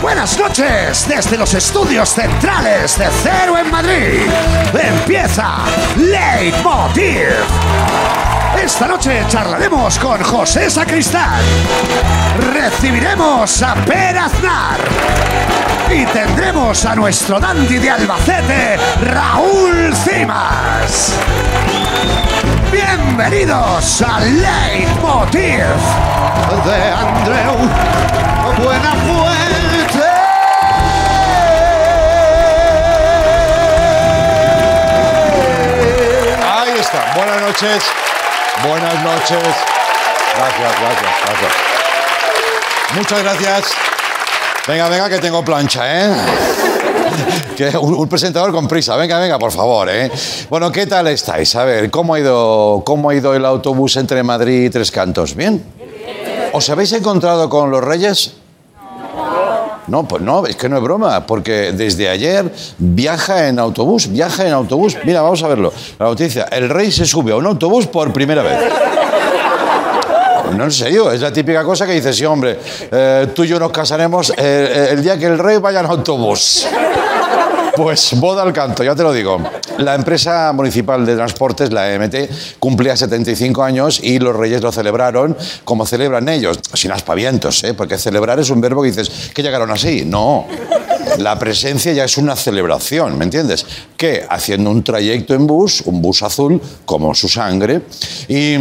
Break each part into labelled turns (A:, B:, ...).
A: Buenas noches desde los estudios centrales de Cero en Madrid. Empieza Leitmotiv. Esta noche charlaremos con José Sacristán. Recibiremos a Per Aznar. Y tendremos a nuestro dandy de Albacete, Raúl Cimas. Bienvenidos a Leitmotiv de Andreu. Buena fuente.
B: Ahí está. Buenas noches. Buenas noches. Gracias, gracias, gracias. Muchas gracias. Venga, venga, que tengo plancha, ¿eh? Que un, un presentador con prisa. Venga, venga, por favor, ¿eh? Bueno, ¿qué tal estáis? A ver, ¿cómo ha ido, cómo ha ido el autobús entre Madrid y Tres Cantos? ¿Bien? ¿Os habéis encontrado con los Reyes? No, pues no, es que no es broma, porque desde ayer viaja en autobús, viaja en autobús. Mira, vamos a verlo. La noticia, el rey se sube a un autobús por primera vez. No, en serio, es la típica cosa que dices, sí, hombre, eh, tú y yo nos casaremos eh, eh, el día que el rey vaya en autobús. Pues boda al canto, ya te lo digo. La empresa municipal de transportes, la EMT, cumplía 75 años y los reyes lo celebraron como celebran ellos, sin aspavientos, ¿eh? porque celebrar es un verbo que dices, que llegaron así. No, la presencia ya es una celebración, ¿me entiendes? Que haciendo un trayecto en bus, un bus azul, como su sangre, y...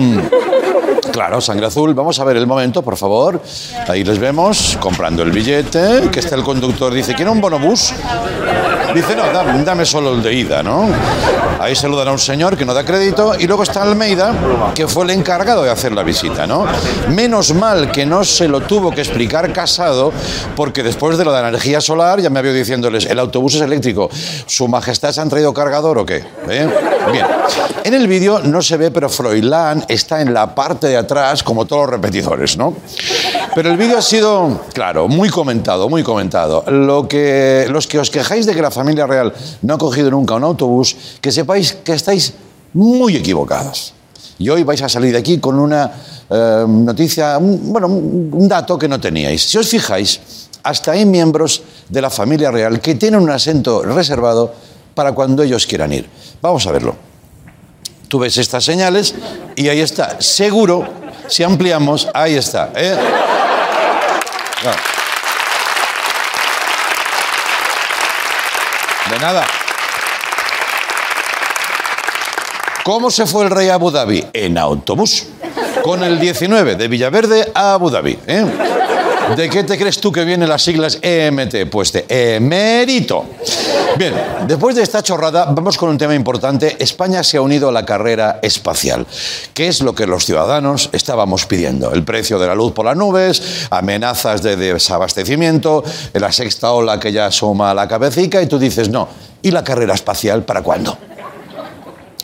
B: Claro, sangre azul. Vamos a ver el momento, por favor. Ahí les vemos comprando el billete. Que está el conductor. Dice, ¿quiere un bonobús? Dice, no, dame, dame solo el de ida, ¿no? Ahí saludan a un señor que no da crédito. Y luego está Almeida, que fue el encargado de hacer la visita, ¿no? Menos mal que no se lo tuvo que explicar casado, porque después de lo de la energía solar ya me había diciéndoles, el autobús es eléctrico. ¿Su majestad se han traído cargador o qué? ¿Eh? Bien. En el vídeo no se ve, pero Froilán está en la parte de atrás, como todos los repetidores, ¿no? Pero el vídeo ha sido, claro, muy comentado, muy comentado. Lo que, los que os quejáis de que la familia real no ha cogido nunca un autobús, que sepáis que estáis muy equivocados. Y hoy vais a salir de aquí con una eh, noticia, un- bueno, un un dato que no teníais. Si os fijáis, hasta hay miembros de la familia real que tienen un asiento reservado para cuando ellos quieran ir. Vamos a verlo. Tú ves estas señales y ahí está. Seguro, si ampliamos, ahí está. ¿eh? Claro. De nada. ¿Cómo se fue el rey a Abu Dhabi? En autobús. Con el 19 de Villaverde a Abu Dhabi. ¿eh? ¿De qué te crees tú que vienen las siglas EMT? Pues de emérito. Bien, después de esta chorrada, vamos con un tema importante. España se ha unido a la carrera espacial, que es lo que los ciudadanos estábamos pidiendo. El precio de la luz por las nubes, amenazas de desabastecimiento, la sexta ola que ya asoma a la cabecita, y tú dices, no, ¿y la carrera espacial para cuándo?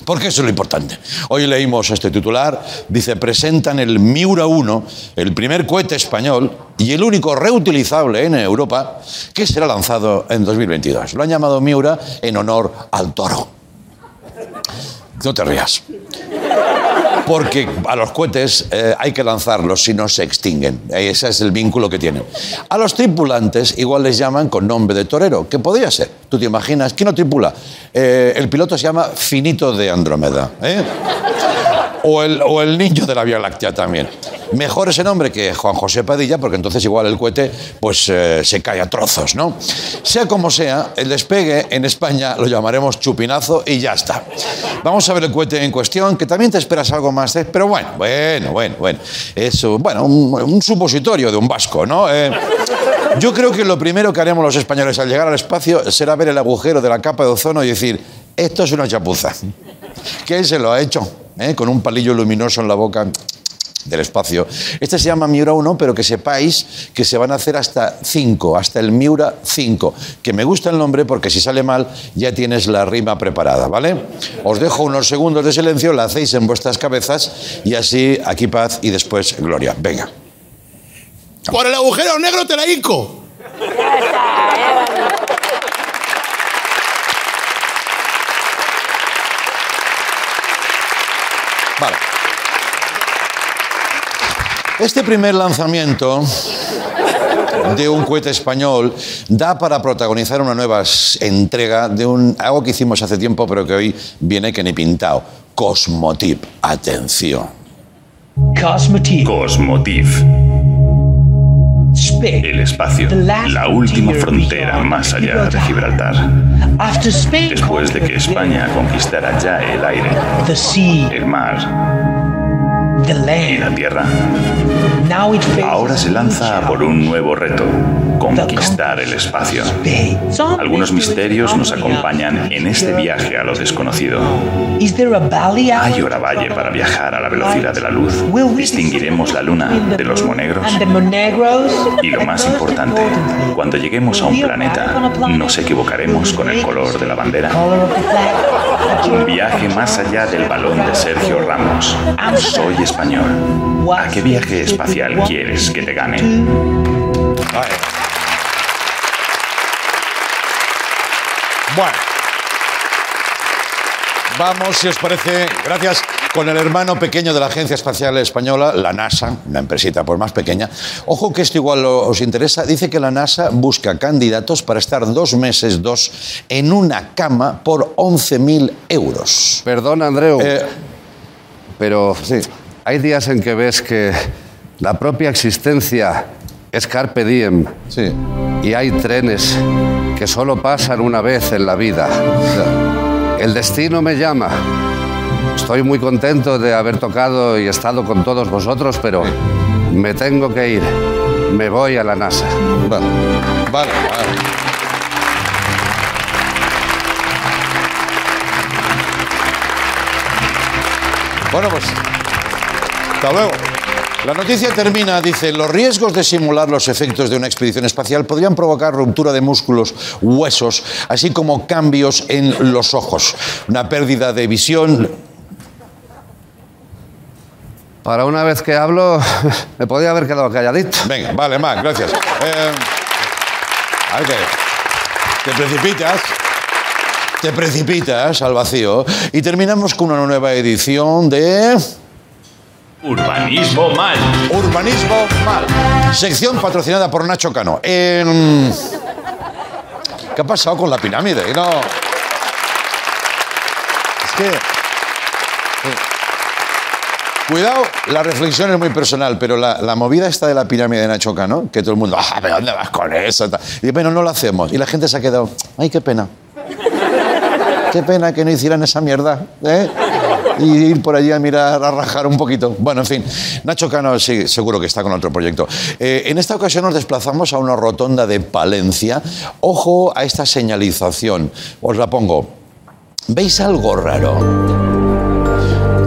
B: Porque eso es lo importante. Hoy leímos este titular, dice, presentan el Miura 1, el primer cohete español y el único reutilizable en Europa que será lanzado en 2022. Lo han llamado Miura en honor al toro. No te rías. Porque a los cohetes eh, hay que lanzarlos si no se extinguen. Eh, Ese es el vínculo que tienen. A los tripulantes igual les llaman con nombre de torero, que podría ser. ¿Tú te imaginas? ¿Quién no tripula? Eh, el piloto se llama Finito de Andrómeda. ¿eh? O el, o el niño de la Vía Láctea también. Mejor ese nombre que Juan José Padilla, porque entonces igual el cohete pues, eh, se cae a trozos, ¿no? Sea como sea, el despegue en España lo llamaremos chupinazo y ya está. Vamos a ver el cohete en cuestión, que también te esperas algo más, ¿eh? pero bueno, bueno, bueno, bueno. Es uh, bueno, un, un supositorio de un vasco, ¿no? Eh, yo creo que lo primero que haremos los españoles al llegar al espacio será ver el agujero de la capa de ozono y decir, esto es una chapuza. ¿Quién se lo ha hecho? ¿Eh? Con un palillo luminoso en la boca del espacio. Este se llama Miura 1, pero que sepáis que se van a hacer hasta 5, hasta el Miura 5, que me gusta el nombre porque si sale mal ya tienes la rima preparada, ¿vale? Os dejo unos segundos de silencio, la hacéis en vuestras cabezas y así aquí paz y después gloria. Venga.
C: Por el agujero negro te la hinco.
B: Vale. Este primer lanzamiento de un cohete español da para protagonizar una nueva s- entrega de un, algo que hicimos hace tiempo, pero que hoy viene que ni pintado. Cosmotip. Atención.
D: Cosmotive.
E: Cosmotif,
D: Spec.
E: el espacio, la última frontera más allá de Gibraltar,
D: After Spain
E: después de que España conquistara ya el aire,
D: The sea,
E: el mar
D: the
E: y
D: land.
E: la tierra,
D: Now it faces
E: Eh, ahora se lanza a por un nuevo reto, conquistar el espacio.
D: Bay. Some
E: Algunos misterios nos acompañan en este viaje a lo desconocido.
D: Is there a valley out
E: ¿Hay hora valle para viajar a la velocidad de la luz?
D: Will we
E: ¿Distinguiremos la luna de los monegros?
D: And the monegros.
E: Y lo más importante, cuando lleguemos a un planeta, nos equivocaremos con el color de la bandera.
D: Color of the flag.
E: Un viaje más allá del balón de Sergio Ramos. Soy español. ¿A qué viaje espacial quieres que te gane?
B: Vale. Bueno. Vamos, si os parece, gracias, con el hermano pequeño de la Agencia Espacial Española, la NASA, una empresita pues más pequeña. Ojo que esto igual lo- os interesa. Dice que la NASA busca candidatos para estar dos meses, dos, en una cama por 11.000 euros.
F: Perdón, Andreu,
B: Eh,
F: pero sí, hay días en que ves que la propia existencia es carpe diem
B: sí.
F: y hay trenes que solo pasan una vez en la vida. El destino me llama. Estoy muy contento de haber tocado y estado con todos vosotros, pero me tengo que ir. Me voy a la NASA.
B: Vale, vale. vale. Bueno, pues hasta luego. La noticia termina, dice, los riesgos de simular los efectos de una expedición espacial podrían provocar ruptura de músculos, huesos, así como cambios en los ojos, una pérdida de visión.
F: Para una vez que hablo, me podía haber quedado calladito.
B: Venga, vale, Mac, gracias. Eh, a ver qué- Te precipitas. Te precipitas al vacío. Y terminamos con una nueva edición de.
E: Urbanismo mal.
B: Urbanismo Mal. Sección patrocinada por Nacho Cano. En- ¿Qué ha pasado con la pirámide? No. Es que. eh, Cuidado, la reflexión es muy personal, pero la, la movida esta de la pirámide de Nacho Cano, que todo el mundo, ah, pero ¿dónde vas con eso? tal. Y bueno, no lo hacemos. Y la gente se ha quedado, ay, qué pena. Qué pena que no hicieran esa mierda, ¿eh? Y ir por allí a mirar, a rajar un poquito. Bueno, en fin, Nacho Cano sí, seguro que está con otro proyecto. Eh, en esta ocasión nos desplazamos a una rotonda de Palencia. Ojo a esta señalización. Os la pongo. ¿Veis algo raro?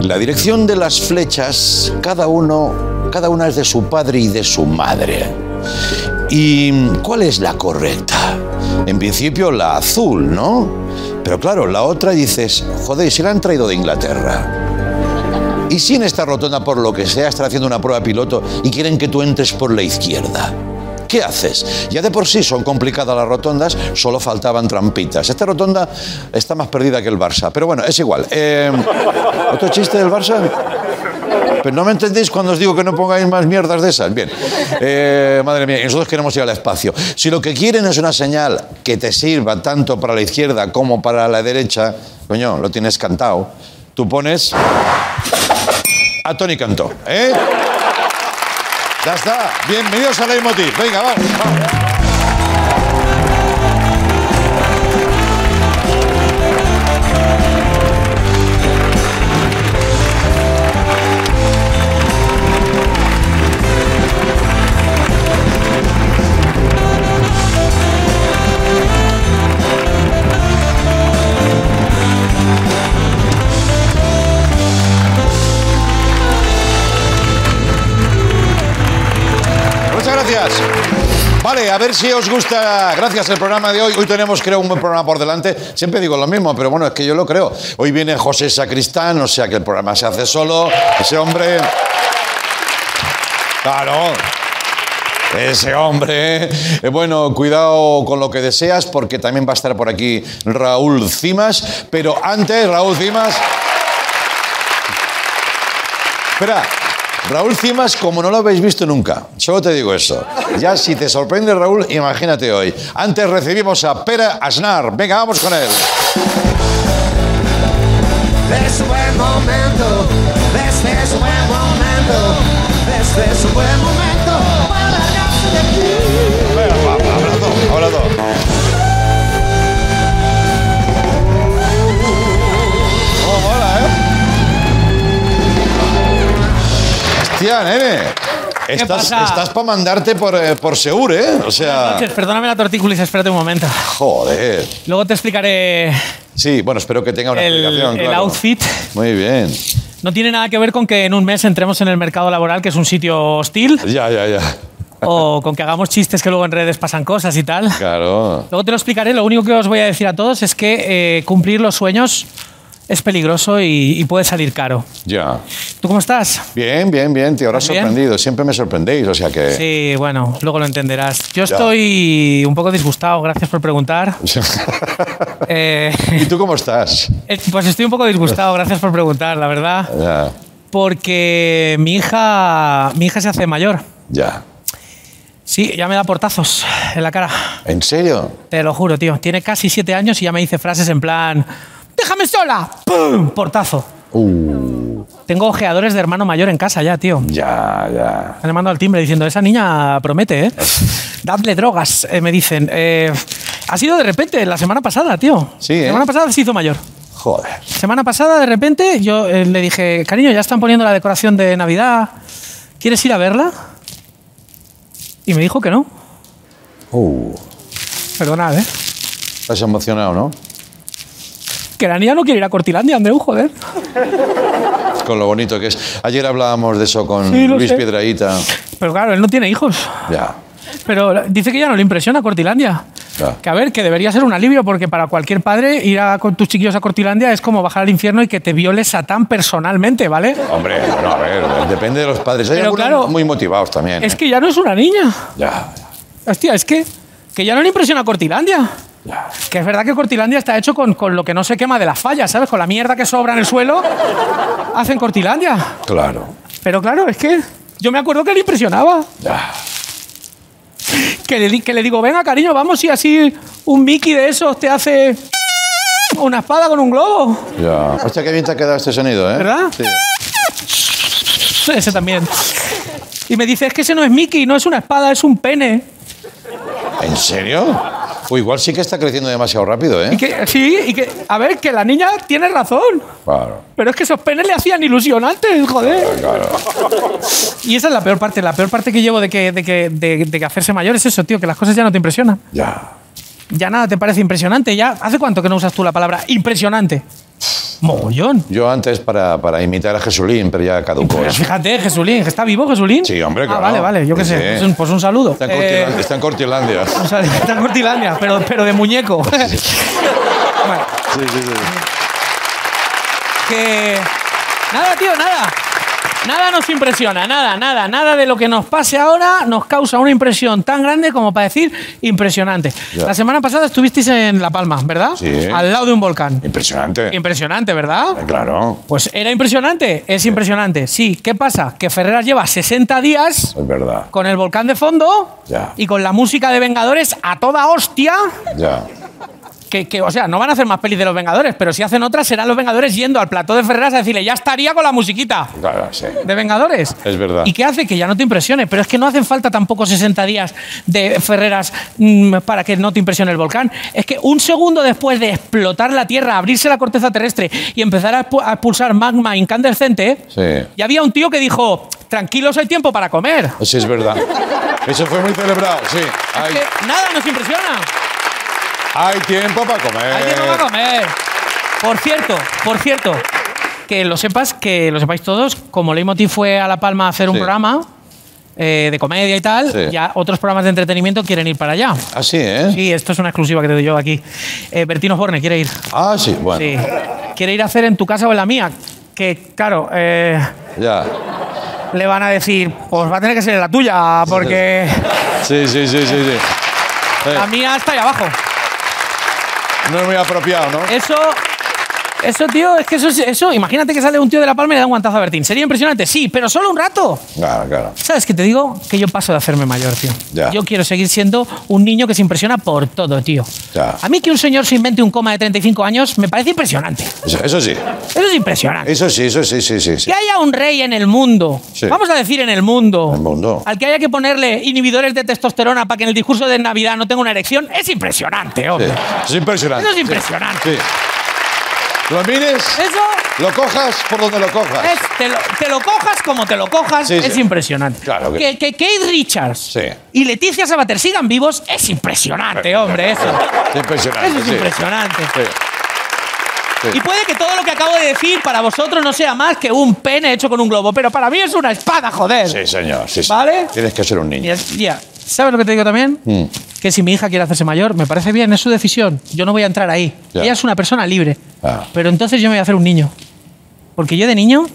B: La dirección de las flechas, cada uno, cada una es de su padre y de su madre. ¿Y cuál es la correcta? En principio la azul, ¿no? Pero claro, la otra dices, joder, ¿y si la han traído de Inglaterra. ¿Y si en esta rotonda, por lo que sea, están haciendo una prueba piloto y quieren que tú entres por la izquierda? ¿Qué haces? Ya de por sí son complicadas las rotondas, solo faltaban trampitas. Esta rotonda está más perdida que el Barça, pero bueno, es igual. Eh, ¿Otro chiste del Barça? Pero no me entendéis cuando os digo que no pongáis más mierdas de esas. Bien, Eh, madre mía, y nosotros queremos ir al espacio. Si lo que quieren es una señal que te sirva tanto para la izquierda como para la derecha, coño, lo tienes cantado. Tú pones a Tony Cantó, ¿eh? Ya está. Bienvenidos a Leitmotiv. Venga, vamos. vamos. Muchas gracias. Vale, a ver si os gusta. Gracias el programa de hoy. Hoy tenemos, creo, un buen programa por delante. Siempre digo lo mismo, pero bueno, es que yo lo creo. Hoy viene José Sacristán, o sea que el programa se hace solo. Ese hombre. Claro. Ese hombre. Eh, Bueno, cuidado con lo que deseas, porque también va a estar por aquí Raúl Cimas. Pero antes, Raúl Cimas. Espera, Raúl Cimas, como no lo habéis visto nunca. Solo te digo eso. Ya si te sorprende Raúl, imagínate hoy. Antes recibimos a Pera Aznar. Venga, vamos con él.
G: Es un buen é momento, este es un buen momento, este es un buen momento para largarse de aquí.
B: Venga, va, va, Ahora dos, ahora dos. Oh, mola, ¿eh? Hostia, nene. Estás,
H: pasa?
B: estás para mandarte por, eh, por Seur, ¿eh? O sea,
H: Noches, perdóname la tortícolis, espérate un momento.
B: joder.
H: Luego te explicaré
B: Sí, bueno, espero que tenga una
H: el,
B: explicación.
H: el
B: claro.
H: outfit.
B: Muy bien.
H: No tiene nada que ver con que en un mes entremos en el mercado laboral, que es un sitio hostil,
B: Ya, ya, ya.
H: o con que hagamos chistes que luego en redes pasan cosas y tal.
B: Claro.
H: Luego te lo explicaré. Lo único que os voy a decir a todos es que eh, cumplir los sueños es peligroso y, y puede salir caro.
B: Ya.
H: ¿Tú cómo estás?
B: Bien, bien, bien. Te habrás
H: ¿Bien?
B: sorprendido. Siempre me sorprendéis, o sea que.
H: Sí, bueno, luego lo entenderás. Yo
B: Ya.
H: estoy un poco disgustado, gracias por preguntar. Eh,
B: ¿Y tú cómo estás?
H: pues estoy un poco disgustado, gracias por preguntar, la verdad.
B: Ya,
H: Porque mi hija, mi hija se hace mayor.
B: ya.
H: Sí, ya me da portazos en la cara.
B: ¿En serio?
H: Te lo juro, tío. Tiene casi siete años y ya me dice frases en plan: ¡Déjame sola! ¡Pum! Portazo.
B: Uh.
H: Tengo ojeadores de hermano mayor en casa ya, tío.
B: Ya, ya.
H: Han llamado al timbre diciendo: Esa niña promete, ¿eh? Dadle drogas, eh, me dicen. Eh, ha sido de repente, la semana pasada, tío.
B: Sí, ¿eh?
H: La semana pasada se hizo mayor.
B: Joder.
H: Semana pasada, de repente, yo eh, le dije: Cariño, ya están poniendo la decoración de Navidad. ¿Quieres ir a verla? Y me dijo que no.
B: Uh,
H: Perdonad, ¿eh?
B: estás emocionado, ¿no?
H: Que la niña no quiere ir a Cortilandia, Andreu, joder.
B: Con lo bonito que es. Ayer hablábamos de eso con
H: Sí, lo
B: Luis
H: sé.
B: Piedraíta.
H: Pero claro, él no tiene hijos.
B: Ya,
H: Pero la- dice que ya no le impresiona Cortilandia.
B: Ya.
H: Que a ver, que debería ser un alivio, porque para cualquier padre ir a, con tus chiquillos a Cortilandia es como bajar al infierno y que te viole Satán personalmente, ¿vale?
B: hombre, bueno, a ver, depende de los padres. Hay
H: Pero
B: algunos
H: claro,
B: muy motivados también.
H: Es
B: ¿eh?
H: que ya no es una niña.
B: Ya,
H: Hostia, es que, que ya no le impresiona Cortilandia.
B: ya.
H: Que es verdad que Cortilandia está hecho con, con lo que no se quema de las fallas, ¿sabes? Con la mierda que sobra en el suelo, hacen Cortilandia.
B: Claro,
H: Pero claro, es que yo me acuerdo que le impresionaba.
B: ya.
H: que le, di- que le digo, venga cariño, vamos y así un Mickey de esos te hace una espada con un globo.
B: Ya. Hostia, qué bien te ha quedado este sonido, ¿eh?
H: ¿Verdad?
B: Sí.
H: Ese también. Y me dice, es que ese no es Mickey, no es una espada, es un pene.
B: ¿En serio? O igual sí que está creciendo demasiado rápido,
H: Y
B: ¿eh?
H: que, sí, y que, a ver, que la niña tiene razón.
B: Claro.
H: Pero es que esos penes le hacían ilusionantes, joder. Y esa es la peor parte, la peor parte que llevo de que, de que, de- de que hacerse mayor es eso, tío, que las cosas ya no te impresionan.
B: Ya.
H: Ya nada te parece impresionante, ya. ¿Hace cuánto que no usas tú la palabra impresionante? Mogollón.
B: Yo antes para, para imitar a Jesulín, pero ya caducó
H: Pero
B: eso.
H: fíjate, Jesulín, ¿está vivo Jesulín?
B: Pues Sí, hombre,
H: Ah,
B: claro.
H: vale, vale, yo qué
B: Sí, sí.
H: sé. Pues un- Pues un saludo.
B: Está en,
H: Eh,
B: Cortilandia, está en Cortilandia.
H: o sea, está en Cortilandia, pero, pero de muñeco. Bueno, que... Nada, tío, nada. Nada nos impresiona, nada, nada, nada de lo que nos pase ahora nos causa una impresión tan grande como para decir impresionante.
B: Ya.
H: La semana pasada estuvisteis en La Palma, ¿verdad?
B: Sí.
H: Al lado de un volcán.
B: Impresionante.
H: Impresionante, ¿verdad?
B: Claro,
H: Pues era impresionante, es impresionante. Sí, ¿qué pasa? Que Ferreras lleva 60 días
B: es verdad.
H: con el volcán de fondo
B: Ya.
H: y con la música de Vengadores a toda hostia.
B: Ya.
H: Que, que, o sea, no van a hacer más pelis de los Vengadores, pero si hacen otras serán los Vengadores yendo al plató de Ferreras a decirle, ya estaría con la musiquita
B: Claro, sí.
H: de Vengadores.
B: Es verdad.
H: ¿Y qué hace? Que ya no te impresione. Pero es que no hacen falta tampoco 60 días de Ferreras mm, para que no te impresione el volcán. Es que un segundo después de explotar la Tierra, abrirse la corteza terrestre y empezar a, expu- a expulsar magma incandescente,
B: Sí.
H: ya había un tío que dijo, tranquilos, hay tiempo para comer.
B: Pues Sí, es verdad. Eso fue muy celebrado, sí. Hay,
H: Que nada nos impresiona.
B: hay tiempo para comer.
H: Hay tiempo para comer. Por cierto, por cierto, que lo sepas, que lo sepáis todos, como Leitmotiv fue a La Palma a hacer un
B: Sí.
H: programa eh, de comedia y tal,
B: Sí.
H: ya otros programas de entretenimiento quieren ir para allá.
B: Ah, sí, ¿eh?
H: Sí, esto es una exclusiva que te doy yo aquí. Eh, Bertino Borne quiere ir.
B: Ah, sí, bueno.
H: Sí. Quiere ir a hacer en tu casa o en la mía. Que, claro, eh,
B: Ya.
H: le van a decir, pues va a tener que ser en la tuya, porque
B: Sí, sí, sí, sí, sí. Eh,
H: la mía está ahí abajo.
B: no es muy apropiado, ¿no?
H: Eso Eso, tío, es que eso, es- eso. Imagínate que sale un tío de la palma y le da un guantazo a Bertín. Sería impresionante, sí, pero solo un rato.
B: Claro, claro.
H: ¿Sabes qué te digo? Que yo paso de hacerme mayor, tío.
B: Ya.
H: Yo quiero seguir siendo un niño que se impresiona por todo, tío.
B: Ya.
H: A mí que un señor se invente un coma de 35 años me parece impresionante.
B: Eso, eso sí.
H: Eso es impresionante.
B: Eso sí, eso sí, sí, sí. sí.
H: Que haya un rey en el mundo,
B: Sí.
H: vamos a decir en el mundo,
B: En el mundo.
H: al que haya que ponerle inhibidores de testosterona para que en el discurso de Navidad no tenga una erección, es impresionante,
B: Sí.
H: hombre.
B: Es impresionante.
H: Eso es impresionante.
B: Sí. Lo mires,
H: Eso
B: lo cojas por donde lo cojas.
H: Es- te, lo, te lo cojas como te lo cojas,
B: Sí, sí.
H: es impresionante.
B: Claro que-
H: que... Que, Kate Richards
B: Sí.
H: y Leticia Sabater sigan vivos es impresionante, hombre, eso.
B: Es impresionante.
H: Eso es
B: sí.
H: impresionante.
B: Sí.
H: Y puede que todo lo que acabo de decir para vosotros no sea más que un pene hecho con un globo, pero para mí es una espada, joder.
B: Sí, señor. sí, sí.
H: ¿Vale?
B: Tienes que ser un niño.
H: Mira, tía, ¿sabes lo que te digo también?
B: Mm.
H: Que si mi hija quiere hacerse mayor, me parece bien, es su decisión. Yo no voy a entrar ahí.
B: Ya.
H: Ella es una persona libre.
B: Ah.
H: Pero entonces yo me voy a hacer un niño. Porque yo de niño.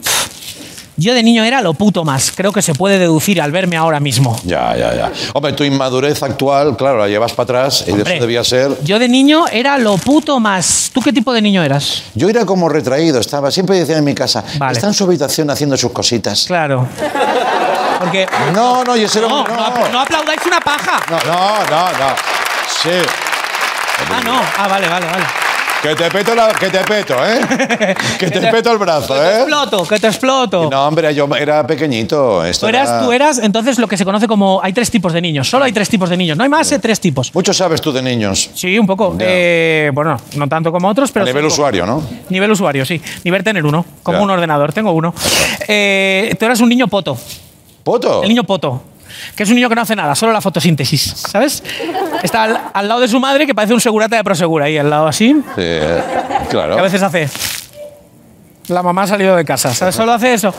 H: Yo de niño era lo puto más. Creo que se puede deducir al verme ahora mismo.
B: Ya, ya, ya. Hombre, tu inmadurez actual, claro, la llevas para atrás y
H: Hombre,
B: eso debía ser.
H: Yo de niño era lo puto más. ¿Tú qué tipo de niño eras?
B: Yo era como retraído, estaba. Siempre decía en mi casa,
H: Vale.
B: está en su habitación haciendo sus cositas.
H: Claro. Porque.
B: No, no, yo era.
H: No,
B: un-
H: no, apl- no aplaudáis una paja.
B: No, no, no, no. Sí.
H: Ah, no. Ah, vale, vale, vale.
B: Que te peto, la- que te peto, ¿eh? Que te peto el brazo,
H: Que te
B: ¿eh?
H: exploto, que te exploto.
B: No, hombre, yo era pequeñito.
H: Tú
B: Esto
H: eras,
B: era-
H: tú eras entonces lo que se conoce como. Hay tres tipos de niños. Solo hay tres tipos de niños. No hay más, eh, tres tipos.
B: Mucho sabes tú de niños.
H: Sí, un poco.
B: Ya.
H: Eh, bueno, no tanto como otros, pero.
B: a nivel
H: sí,
B: usuario, ¿no?
H: Nivel usuario, sí. Nivel tener uno. Como
B: Ya.
H: un ordenador, tengo uno. Eh, tú eras un niño poto.
B: Poto.
H: El niño poto. Que es un niño que no hace nada, solo la fotosíntesis, ¿sabes? Está al, al lado de su madre, que parece un segurata de prosegura, ahí al lado así,
B: Sí, eh,
H: que a
B: claro.
H: veces hace. La mamá ha salido de casa, ¿sabes? Solo hace eso.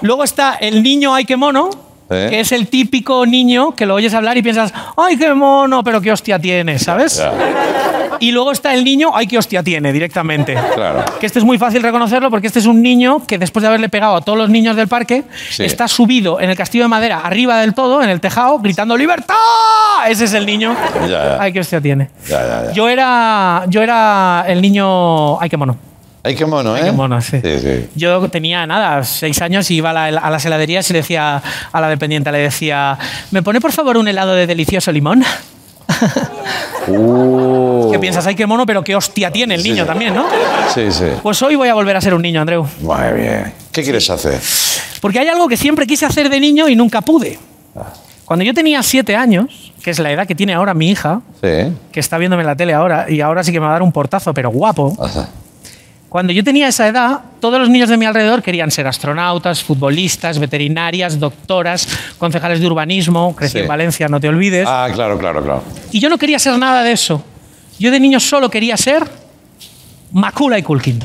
H: Luego está el niño ay qué mono,
B: ¿Eh?
H: que es el típico niño que lo oyes hablar y piensas, ay qué mono, pero qué hostia tiene, ¿sabes?
B: Ya,
H: Y luego está el niño, ay, qué hostia tiene directamente.
B: Claro.
H: Que este es muy fácil reconocerlo porque este es un niño que después de haberle pegado a todos los niños del parque,
B: Sí.
H: está subido en el castillo de madera, arriba del todo, en el tejado, gritando ¡Libertad! Ese es el niño.
B: Ya, ya.
H: Ay, qué hostia tiene.
B: ya, ya, ya.
H: Yo era, yo era el niño. Ay, qué mono.
B: Ay, qué mono, ¿eh?
H: Qué mono, sí.
B: Sí, sí.
H: Yo tenía nada, seis años y iba a, la, a las heladerías y le decía a la dependiente, le decía, ¿me pone por favor un helado de delicioso limón? ¿Qué piensas? Ay, qué mono, pero qué hostia tiene el
B: Sí,
H: niño
B: sí.
H: también, ¿no?
B: Sí, sí.
H: Pues hoy voy a volver a ser un niño, Andreu.
B: Muy bien. ¿Qué quieres hacer?
H: Porque hay algo que siempre quise hacer de niño y nunca pude. Cuando yo tenía siete años, que es la edad que tiene ahora mi hija,
B: Sí.
H: que está viéndome en la tele ahora, y ahora sí que me va a dar un portazo, pero guapo.
B: Ajá.
H: Cuando yo tenía esa edad, todos los niños de mi alrededor querían ser astronautas, futbolistas, veterinarias, doctoras, concejales de urbanismo. Crecí
B: Sí.
H: en Valencia, no te olvides.
B: Ah, claro, claro, claro.
H: Y yo no quería ser nada de eso. Yo de niño solo quería ser Macaulay Culkin.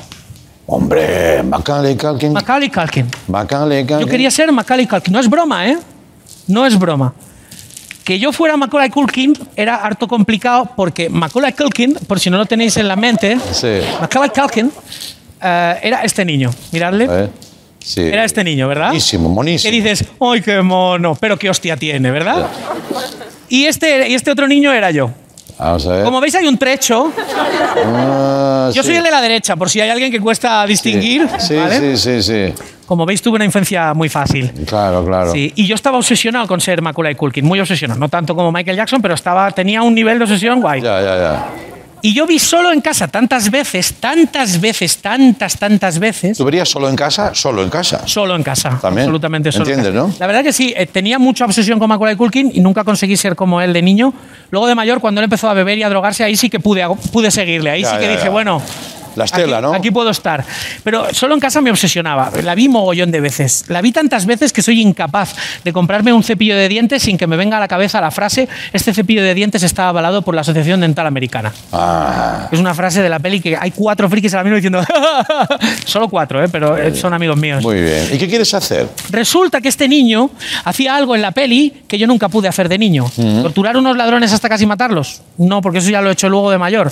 B: Hombre, Macaulay Culkin.
H: Macaulay Culkin.
B: Macaulay Culkin.
H: Yo quería ser Macaulay Culkin. No es broma, ¿eh? No es broma. Que yo fuera Macaulay Culkin era harto complicado porque Macaulay Culkin, por si no lo tenéis en la mente,
B: Sí.
H: Macaulay Culkin eh, era este niño. Miradle.
B: ¿Eh? Sí.
H: Era este niño, ¿verdad?
B: Monísimo,
H: Que
B: monísimo.
H: dices, ¡ay, qué mono! Pero qué hostia tiene, ¿verdad? Y este, y este otro niño era yo.
B: Vamos a ver.
H: Como veis, hay un trecho.
B: Ah,
H: Yo
B: sí.
H: soy el de la derecha, por si hay alguien que cuesta distinguir.
B: Sí,
H: ¿vale?
B: sí, sí, sí.
H: Como veis, tuve una infancia muy fácil.
B: Claro, claro.
H: Sí, y yo estaba obsesionado con ser Macaulay Culkin, muy obsesionado, no tanto como Michael Jackson, pero estaba, tenía un nivel de obsesión guay.
B: Ya, ya, ya.
H: Y yo vi solo en casa tantas veces, tantas veces, tantas, tantas veces,
B: ¿Tú verías solo en casa? Solo en casa.
H: solo en casa.
B: También.
H: Absolutamente solo. en
B: Entiendes,
H: casa.
B: ¿no?
H: La verdad que sí, eh, tenía mucha obsesión con Macaulay Culkin y nunca conseguí ser como él de niño. Luego de mayor, cuando él empezó a beber y a drogarse, ahí sí que pude, pude seguirle, ahí
B: Ya,
H: sí que
B: ya,
H: dije,
B: ya.
H: bueno.
B: La estela,
H: aquí,
B: ¿no?
H: Aquí puedo estar. Pero solo en casa me obsesionaba. La vi mogollón de veces. La vi tantas veces que soy incapaz de comprarme un cepillo de dientes sin que me venga a la cabeza la frase: Este cepillo de dientes está avalado por la Asociación Dental Americana.
B: Ah,
H: Es una frase de la peli que hay cuatro frikis ahora mismo diciendo. solo cuatro, ¿eh? pero eh, son amigos míos.
B: muy bien. ¿Y qué quieres hacer?
H: Resulta que este niño hacía algo en la peli que yo nunca pude hacer de niño. Torturar a unos ladrones hasta casi matarlos. No, porque eso ya lo he hecho luego de mayor.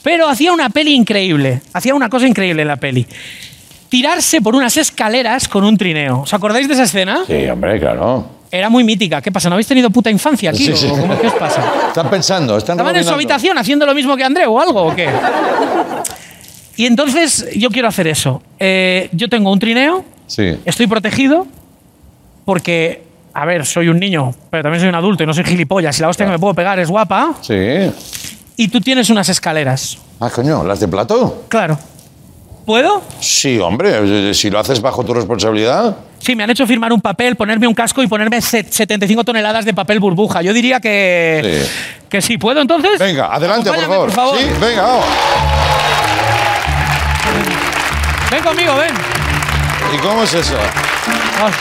H: Pero hacía una peli increíble. Hacía una cosa increíble en la peli. Tirarse por unas escaleras con un trineo. ¿Os acordáis de esa escena?
B: Sí, hombre, claro.
H: Era muy mítica. ¿Qué pasa? ¿No habéis tenido puta infancia aquí?
B: Sí, sí.
H: ¿O cómo- ¿Qué os pasa?
B: Están pensando, están
H: ¿Estaban en su
B: rebobinando.
H: habitación haciendo lo mismo que Andreu o algo o qué? Y entonces yo quiero hacer eso. Eh, yo tengo un trineo,
B: Sí.
H: estoy protegido, porque, a ver, soy un niño, pero también soy un adulto y no soy gilipollas. Y la hostia que me puedo pegar es guapa.
B: Sí.
H: Y tú tienes unas escaleras.
B: Ah, coño, ¿las de plato?
H: Claro. ¿Puedo?
B: Sí, hombre, eh, si lo haces bajo tu responsabilidad.
H: Sí, me han hecho firmar un papel, ponerme un casco y ponerme se- 75 toneladas de papel burbuja. Yo diría que sí, que sí. ¿Puedo entonces?
B: Venga, adelante, por
H: Acompáñame,
B: favor.
H: por favor.
B: Sí, venga, vamos.
H: Ven conmigo, ven.
B: ¿Y cómo es eso?
H: Vamos.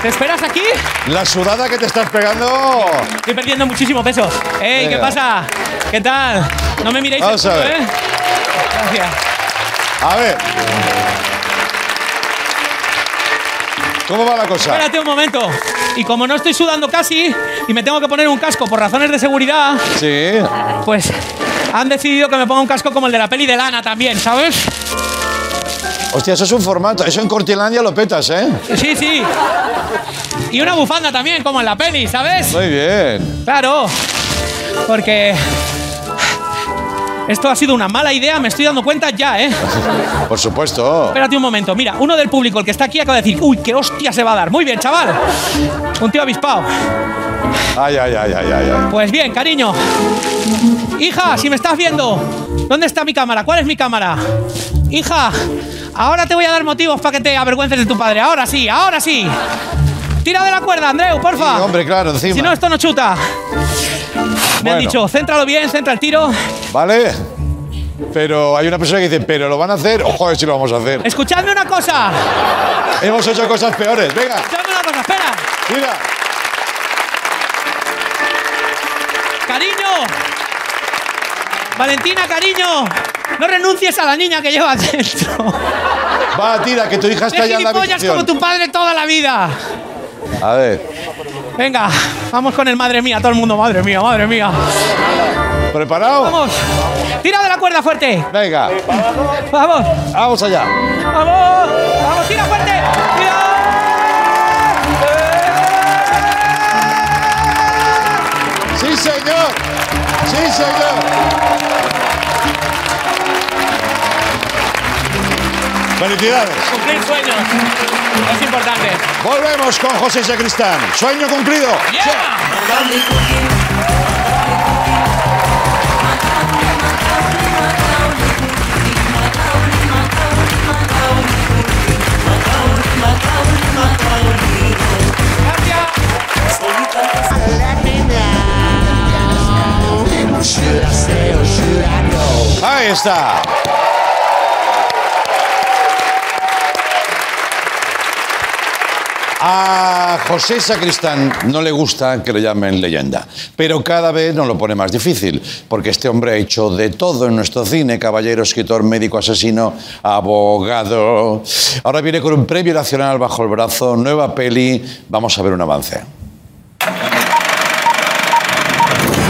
H: ¿Te esperas aquí?
B: La sudada que te estás pegando.
H: Estoy perdiendo muchísimo peso. ¡Ey, qué
B: Venga.
H: pasa! ¿Qué tal? No me miréis
B: Vamos
H: el culo,
B: a ver.
H: ¿eh? Gracias.
B: A ver. ¿Cómo va la cosa?
H: Espérate un momento. Y como no estoy sudando casi y me tengo que poner un casco por razones de seguridad,
B: Sí.
H: pues han decidido que me ponga un casco como el de la peli de Lana también, ¿sabes?
B: Hostia, eso es un formato. Eso en Cortilandia lo petas, ¿eh?
H: Sí, sí. Y una bufanda también, como en la peli, ¿sabes?
B: Muy bien.
H: Claro. Porque... Esto ha sido una mala idea, me estoy dando cuenta ya, ¿eh?
B: Por supuesto.
H: Espérate un momento, mira, uno del público, el que está aquí, acaba de decir, uy, qué hostia se va a dar. Muy bien, chaval. Un tío avispado.
B: Ay, ay, ay, ay, ay. ay.
H: Pues bien, cariño. Hija, si me estás viendo, ¿dónde está mi cámara? ¿Cuál es mi cámara? Hija, ahora te voy a dar motivos para que te avergüences de tu padre. Ahora sí, ahora sí. Tira de la cuerda, Andreu, porfa.
B: Sí, hombre, claro, encima.
H: Ah. Si no, esto no chuta. Me han
B: Bueno.
H: dicho, céntralo bien, centra el tiro.
B: ¿Vale? Pero hay una persona que dice, pero lo van a hacer. Ojo, si lo vamos a hacer.
H: Escuchadme una cosa. Eh.
B: Hemos hecho cosas peores. Venga,
H: Escuchadme una cosa, espera.
B: mira.
H: Cariño. Valentina, cariño. No renuncies a la niña que llevas dentro.
B: Va, tira, que tu hija
H: Ve
B: está ya en la
H: gilipollas
B: habitación.
H: como tu padre toda la vida.
B: A ver,
H: Venga, vamos con el madre mía, todo el mundo, madre mía, madre mía.
B: ¿preparado?
H: Vamos, tira de la cuerda fuerte.
B: Venga,
H: Vamos,
B: vamos allá.
H: vamos, vamos, tira fuerte.
B: ¡Sí, señor! ¡Sí, señor! ¡Felicidades!
H: Cumplir sueños es importante.
B: Volvemos con José Sacristán. Sueño cumplido. Ahí está. A José Sacristán no le gusta que le llamen leyenda, pero cada vez nos lo pone más difícil, porque este hombre ha hecho de todo en nuestro cine, caballero, escritor, médico, asesino, abogado. Ahora viene con un premio nacional bajo el brazo, nueva peli, vamos a ver un avance.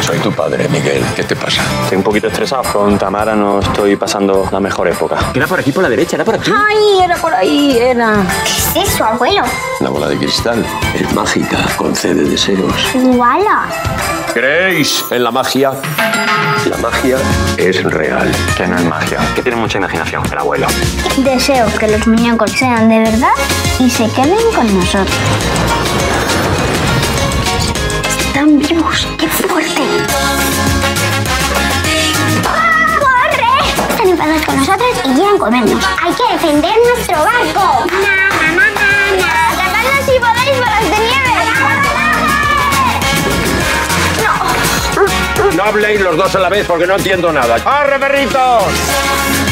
E: Soy tu padre, Miguel. ¿Qué te pasa?
I: Estoy un poquito estresado. Con Tamara no estoy pasando la mejor época.
E: Era por aquí, por la derecha, era por aquí.
J: Ay, era por ahí, era. ¿Qué es eso, abuelo?
E: La bola de cristal es mágica, concede deseos.
J: Iguala.
E: ¿Creéis en la magia? La magia es real.
I: Que no es magia. Que tiene mucha imaginación el abuelo.
J: Deseo que los muñecos sean de verdad y se queden con nosotros. Están vivos, qué fuerte. ¡Ah, ¡Corre! Están enfadados con nosotros y quieren comernos. Hay que defender nuestro barco. Na, na, na, na, na. Agarradnos si podéis, bolas de nieve. ¡No!
E: No habléis los dos a la vez porque no entiendo nada. ¡Arre, perritos!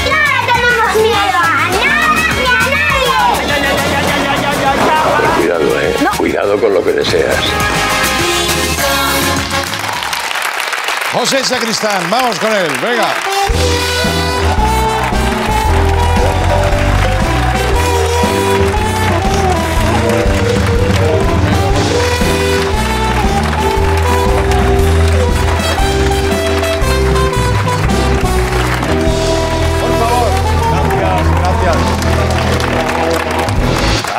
J: ¡No le tenemos miedo a nada ni a nadie!
E: Cuidado, eh. Cuidado con lo que deseas.
B: José Sacristán, vamos con él, venga. Por favor. Gracias, gracias.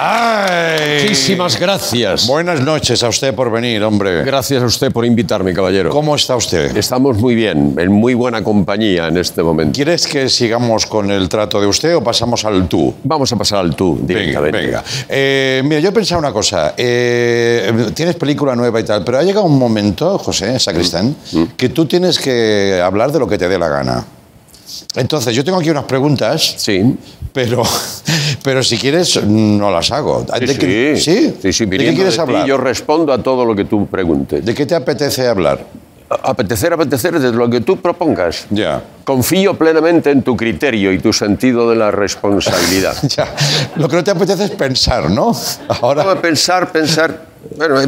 B: Ay.
J: Muchísimas gracias.
B: Buenas noches a usted por venir, hombre.
J: Gracias a usted por invitarme, caballero.
B: ¿Cómo está usted?
J: Estamos muy bien, en muy buena compañía en este momento.
B: ¿Quieres que sigamos con el trato de usted o pasamos al tú?
J: Vamos a pasar al tú
B: Venga,
J: directamente.
B: venga. Eh, mira, yo pensaba una cosa. Eh, tienes película nueva y tal, pero ha llegado un momento, José Sacristán,
J: Mm,
B: que tú tienes que hablar de lo que te dé la gana. Entonces, yo tengo aquí unas preguntas.
J: Sí.
B: Pero, pero si quieres, no las hago.
J: Sí,
B: Ah, ¿De qué-
J: sí.
B: ¿sí?
J: Sí, sí,
B: ¿De qué
J: viniendo
B: quieres
J: de ti,
B: hablar?
J: yo respondo a todo lo que tú preguntes.
B: ¿De qué te apetece hablar?
J: Apetecer, apetecer, desde lo que tú propongas.
B: Ya.
J: Confío plenamente en tu criterio y tu sentido de la responsabilidad.
B: Ya. Lo que no te apetece es pensar, ¿no? Ahora.
J: Vamos a pensar, pensar. Bueno, eh,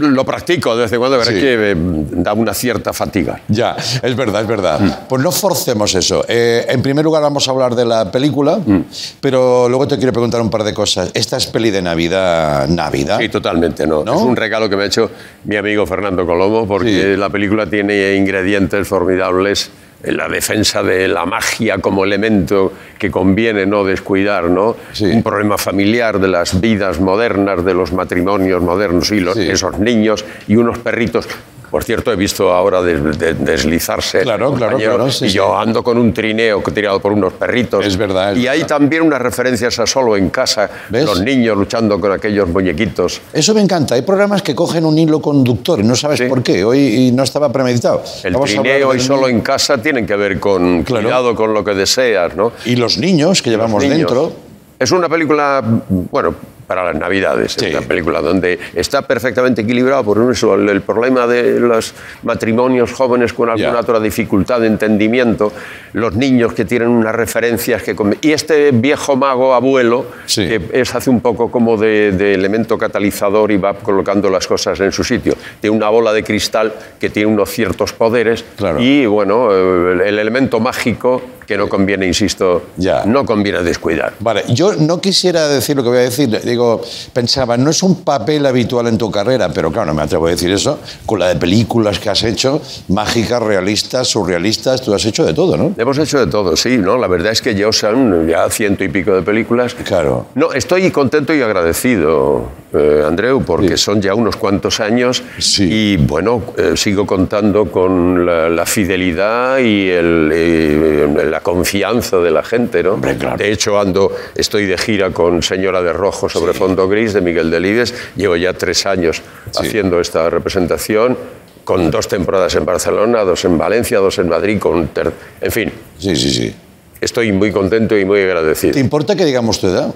J: lo practico de vez en cuando, pero
B: Sí.
J: es que eh, da una cierta fatiga.
B: Ya, es verdad, es verdad.
J: Mm.
B: Pues no forcemos eso. Eh, en primer lugar vamos a hablar de la película,
J: Mm.
B: pero luego te quiero preguntar un par de cosas. Esta es peli de Navidad, Navidad.
J: Sí, totalmente, no.
B: ¿No?
J: Es un regalo que me ha hecho mi amigo Fernando Colomo, porque la película tiene ingredientes formidables en la defensa de la magia como elemento que conviene no descuidar, ¿no? Un problema familiar de las vidas modernas, de los matrimonios modernos y los,
B: Sí.
J: esos niños y unos perritos. Por cierto, he visto ahora des- de- deslizarse.
B: Claro, claro,
J: compañero,
B: claro, sí,
J: y
B: sí.
J: yo ando con un trineo tirado por unos perritos.
B: Es verdad, es
J: y hay también unas referencias a Solo en Casa,
B: ¿Ves?
J: los niños luchando con aquellos muñequitos.
B: Eso me encanta. Hay programas que cogen un hilo conductor y no sabes por qué. Hoy y no estaba premeditado.
J: El
B: Vamos a hablar
J: trineo y
B: del-
J: solo en casa tienen que ver con
B: Claro.
J: cuidado con lo que deseas, ¿no?
B: Y los niños que llevamos
J: niños.
B: dentro.
J: Es una película, bueno, para las navidades, es una película donde está perfectamente equilibrado por un eso, el, el problema de los matrimonios jóvenes con alguna
B: Ya.
J: otra dificultad de entendimiento, los niños que tienen unas referencias que... con- Y este viejo mago abuelo,
B: Sí.
J: que es, hace un poco como de, de elemento catalizador y va colocando las cosas en su sitio. Tiene una bola de cristal que tiene unos ciertos poderes
B: Claro.
J: y, bueno, el, el elemento mágico que no conviene, insisto,
B: Ya.
J: no conviene descuidar.
B: Vale, yo no quisiera decir lo que voy a decir. Digo, pensaba, no es un papel habitual en tu carrera, pero claro, no me atrevo a decir eso. Con la de películas que has hecho, mágicas, realistas, surrealistas, tú has hecho de todo, ¿no?
J: Hemos hecho de todo, sí, ¿no? La verdad es que yo son ya ciento y pico de películas.
B: Claro.
J: No, estoy contento y agradecido, eh, Andreu, porque son ya unos cuantos años y, bueno, eh, sigo contando con la, la fidelidad y el, eh, la confianza de la gente, ¿no? De hecho, ando, estoy de gira con Señora de Rojo sobre Fondo Gris de Miguel Delibes. Llevo ya tres años haciendo esta representación con dos temporadas en Barcelona, dos en Valencia, dos en Madrid, con ter- en fin,
B: Sí, sí, sí.
J: estoy muy contento y muy
B: ¿Te
J: agradecido.
B: importa que digamos tu edad?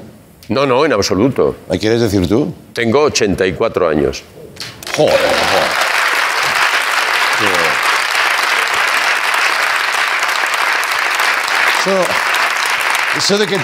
J: No, no, en absoluto.
B: ¿La quieres decir tú?
J: Tengo 84 años.
B: Joder, joder. Eso, eso de que,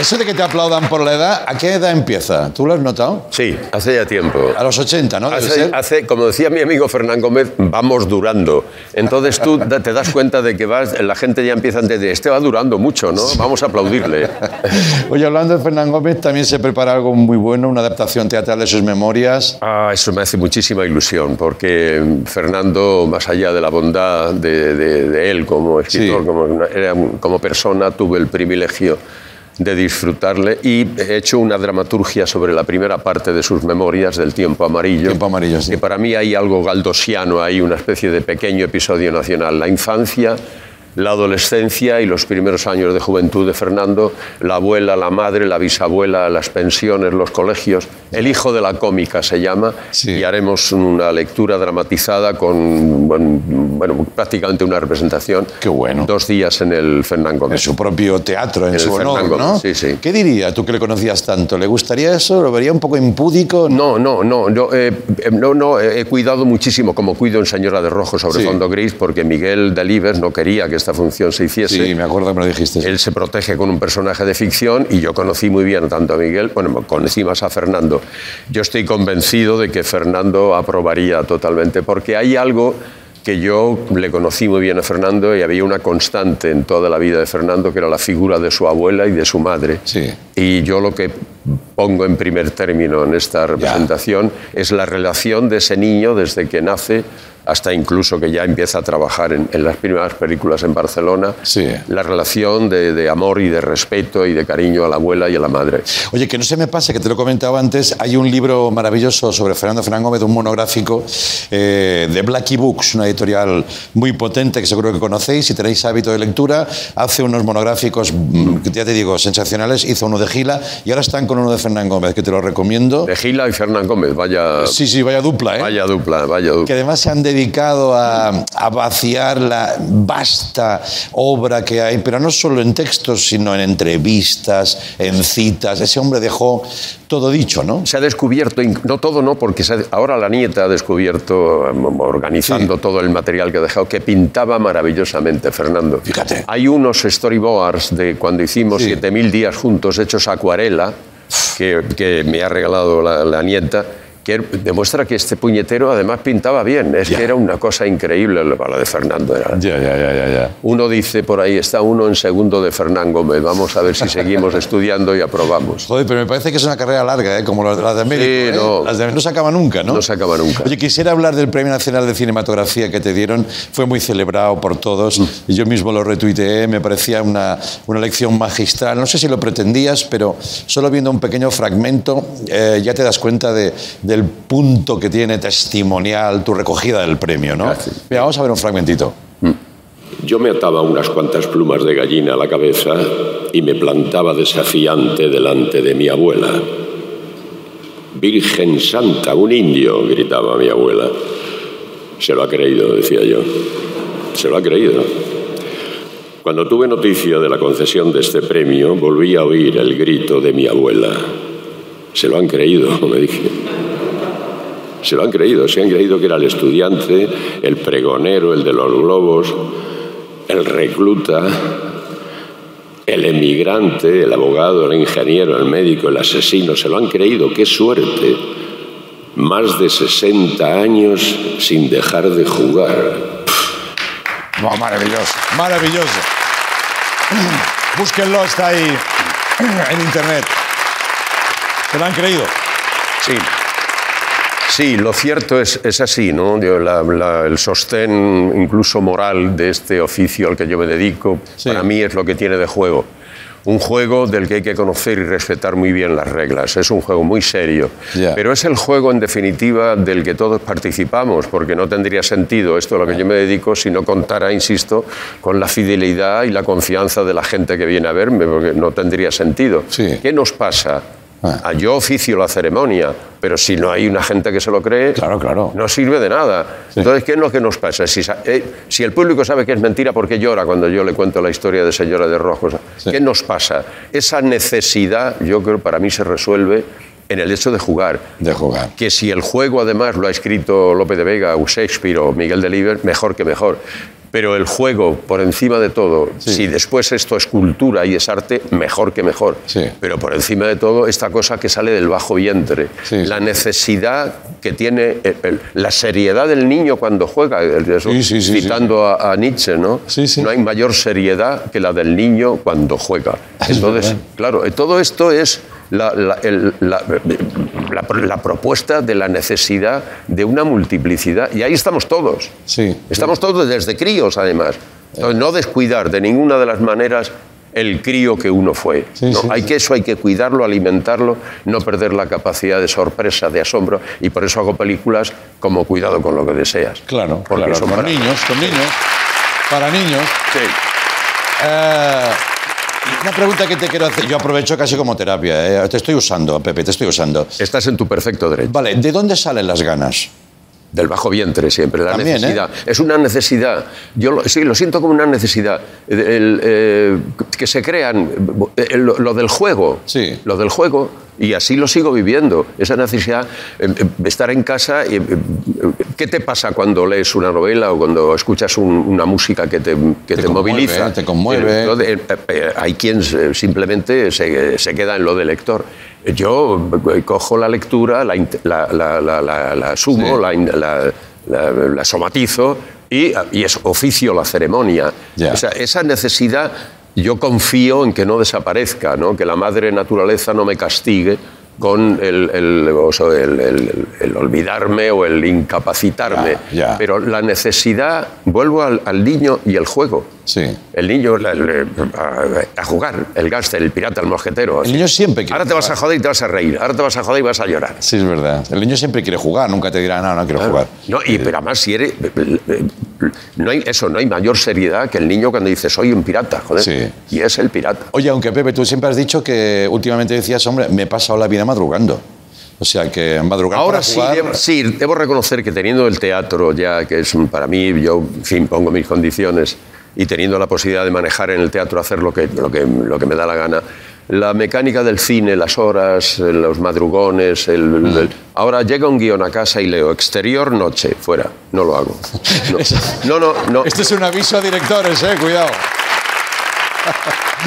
B: eso de que te aplaudan por la edad, ¿a qué edad empieza? ¿Tú lo has notado?
J: Sí, hace ya tiempo.
B: A los 80, ¿no? Debe
J: Hace,
B: ser.
J: hace- como decía mi amigo Fernán Gómez, vamos durando. Entonces tú da- te das cuenta de que vas, la gente ya empieza a entender, este va durando mucho, ¿no? Vamos a aplaudirle.
B: Oye, hablando de Fernán Gómez, también se prepara algo muy bueno, una adaptación teatral de sus memorias.
J: Ah, eso me hace muchísima ilusión, porque Fernando, más allá de la bondad de, de- de él como escritor,
B: Sí.
J: como, una- era un- como persona, tuve el privilegio de disfrutarle y he hecho una dramaturgia sobre la primera parte de sus memorias del tiempo amarillo.
B: Tiempo amarillo, sí.
J: Que para mí hay algo galdosiano, hay una especie de pequeño episodio nacional. La infancia, la adolescencia y los primeros años de juventud de Fernando, la abuela, la madre, la bisabuela, las pensiones, los colegios. El hijo de la cómica se llama y haremos una lectura dramatizada con bueno, bueno, prácticamente una representación.
B: Qué bueno.
J: Dos días en el Fernán
B: En
J: Gómez.
B: su propio teatro, en
J: El
B: su honor,
J: Fernán Gómez,
B: ¿no?
J: sí, sí.
B: ¿Qué diría tú que le conocías tanto? ¿Le gustaría eso? ¿Lo vería un poco impúdico?
J: No, no, no, no, eh, eh, no, no, eh, he cuidado muchísimo, como cuido en Señora de Rojo sobre
B: Sí.
J: fondo gris, porque Miguel Delibes no quería que esta función se hiciese.
B: Sí, me acuerdo que me lo dijiste.
J: Él se protege con un personaje de ficción y yo conocí muy bien tanto a Miguel, bueno, conocí más a Fernando. Yo estoy convencido de que Fernando aprobaría totalmente, porque hay algo que yo le conocí muy bien a Fernando y había una constante en toda la vida de Fernando, que era la figura de su abuela y de su madre.
B: Sí.
J: Y yo lo que pongo en primer término en esta representación es la relación de ese niño desde que nace hasta incluso que ya empieza a trabajar en, en las primeras películas en Barcelona, la relación de, de amor y de respeto y de cariño a la abuela y a la madre.
B: Oye, que no se me pase, que te lo he comentado antes, hay un libro maravilloso sobre Fernando Fernán Gómez, un monográfico eh, de Blackie Books, una editorial muy potente que seguro que conocéis, si tenéis hábito de lectura, hace unos monográficos, mm, ya te digo, sensacionales, hizo uno de Gila y ahora están con uno de Fernán Gómez, que te lo recomiendo.
J: De Gila y Fernán Gómez, vaya...
B: Sí, sí, vaya dupla, ¿eh?
J: Vaya dupla, vaya dupla.
B: que además se han dedicado a, a vaciar la vasta obra que hay, pero no solo en textos, sino en entrevistas, en citas. Ese hombre dejó todo dicho, ¿no?
J: Se ha descubierto, inc- no todo, no, porque se ha- ahora la nieta ha descubierto, mm, organizando todo el material que ha dejado, que pintaba maravillosamente, Fernando.
B: Fíjate.
J: Hay unos storyboards de cuando hicimos 7.000 días juntos, hechos a acuarela, que, que me ha regalado la, la nieta. Que demuestra que este puñetero además pintaba bien. Es que era una cosa increíble la la de Fernando. Era. Uno dice por ahí, está uno en segundo de Fernán Gómez. Vamos a ver si seguimos estudiando y aprobamos.
B: Joder, pero me parece que es una carrera larga, ¿eh? como la la de América. ¿eh?
J: no.
B: Las de- no se acaba nunca, ¿no?
J: No se acaba nunca.
B: Oye, quisiera hablar del Premio Nacional de Cinematografía que te dieron. Fue muy celebrado por todos.
J: Mm.
B: Yo mismo lo retuiteé, me parecía una, una lección magistral. No sé si lo pretendías, pero solo viendo un pequeño fragmento eh, ya te das cuenta de- del punto que tiene testimonial tu recogida del premio, ¿no? Mira, vamos a ver un fragmentito.
K: Yo me ataba unas cuantas plumas de gallina a la cabeza y me plantaba desafiante delante de mi abuela. Virgen Santa, un indio, gritaba mi abuela. Se lo ha creído, decía yo. Se lo ha creído. Cuando tuve noticia de la concesión de este premio, volví a oír el grito de mi abuela. Se lo han creído, me dije. Se lo han creído, se han creído que era el estudiante, el pregonero, el de los globos, el recluta, el emigrante, el abogado, el ingeniero, el médico, el asesino. Se lo han creído, qué suerte. Más de 60 años sin dejar de jugar.
B: No, maravilloso. Maravilloso. Búsquenlo, está ahí en internet. ¿Se lo han creído?
J: Sí. Sí, lo cierto es, es así, ¿no? Yo, la- la- el sostén incluso moral de este oficio al que yo me dedico, para mí es lo que tiene de juego. Un juego del que hay que conocer y respetar muy bien las reglas. Es un juego muy serio.
B: Ya.
J: Pero es el juego, en definitiva, del que todos participamos, porque no tendría sentido esto a lo que yo me dedico si no contara, insisto, con la fidelidad y la confianza de la gente que viene a verme, porque no tendría sentido. ¿Qué nos pasa? Ah, Yo oficio la ceremonia, pero si no hay una gente que se lo cree, no sirve de nada. Entonces, ¿qué es lo que nos pasa? Si, sa- eh, si el público sabe que es mentira, ¿por qué llora cuando yo le cuento la historia de Señora de Rojos? ¿Qué nos pasa? Esa necesidad, yo creo, para mí se resuelve en el hecho de jugar.
B: De jugar.
J: Que si el juego además lo ha escrito Lope de Vega, o Shakespeare o Miguel de Liber, mejor que mejor. Pero el juego, por encima de todo, si después esto es cultura y es arte, mejor que mejor. Pero por encima de todo, esta cosa que sale del bajo vientre, la necesidad que tiene, el- el- la seriedad del niño cuando juega, el- eso, citando a, a Nietzsche, ¿no? No hay mayor seriedad que la del niño cuando juega. Entonces, claro, eh, todo esto es la, la- el- la- la pro- la propuesta de la necesidad de una multiplicidad. Y ahí estamos todos. Estamos todos desde críos, además. Entonces, no descuidar de ninguna de las maneras el crío que uno fue. No, hay que eso, hay que cuidarlo, alimentarlo, no perder la capacidad de sorpresa, de asombro. Y por eso hago películas como Cuidado con lo que deseas.
B: Claro,
J: Porque
B: claro,
J: son
B: con
J: para-
B: niños, con niños. Para niños.
J: Sí.
B: Eh, una pregunta que te quiero hacer. Yo aprovecho casi como terapia. eh. Te estoy usando, Pepe, te estoy usando.
J: Estás en tu perfecto derecho.
B: Vale, ¿de dónde salen las ganas?
J: Del bajo vientre siempre, la
B: También, ¿eh?
J: necesidad. Es una necesidad. Yo lo, sí, lo siento como una necesidad. El- el, eh, que se crean. eh, Lo, lo del juego. Sí. Lo del juego. Y así lo sigo viviendo. Esa necesidad eh, eh, de estar en casa. y, eh, ¿Qué te pasa cuando lees una novela o cuando escuchas un- una música que te, que te,
B: conmueve,
J: moviliza?
B: te conmueve.
J: Lo de- eh, eh, hay quien se- simplemente se, se queda en lo de lector. Yo eh, cojo la lectura, la, int- la, la- la- la- la sumo, la, in- la- la- la somatizo y, y es oficio la ceremonia. O sea, esa necesidad yo confío en que no desaparezca, ¿no? que la madre naturaleza no me castigue con el, el- o sea, el- el- el olvidarme o el incapacitarme. Pero la necesidad, vuelvo al, al niño y el juego. El niño la- le- a, a jugar, el gángster, el pirata, el mosquetero. El niño siempre quiere Ahora te vas a joder y te vas a reír, ahora te vas a joder y vas a llorar.
B: Sí, es verdad. El niño siempre quiere jugar, nunca te dirá, no, no quiero jugar.
J: No, y, pero además si eres... eh, No hay, eso, no hay mayor seriedad que el niño cuando dice soy un pirata, joder. Y es el pirata.
B: Oye, aunque Pepe, tú siempre has dicho que últimamente decías, hombre, me he pasado la vida madrugando. O sea, que madrugar
J: Ahora
B: para
J: sí,
B: jugar-
J: debo, sí, debo reconocer que teniendo el teatro ya, que es un- para mí, yo, en fin, pongo mis condiciones, y teniendo la posibilidad de manejar en el teatro, hacer lo que, lo que, lo que me da la gana, la mecánica del cine, las horas, eh, los madrugones, el, el- el-
B: Mm.
J: ahora llega un guión a casa y leo, exterior, noche, fuera, no lo hago. No, no, no. no.
B: Esto es un aviso a directores, eh, cuidado.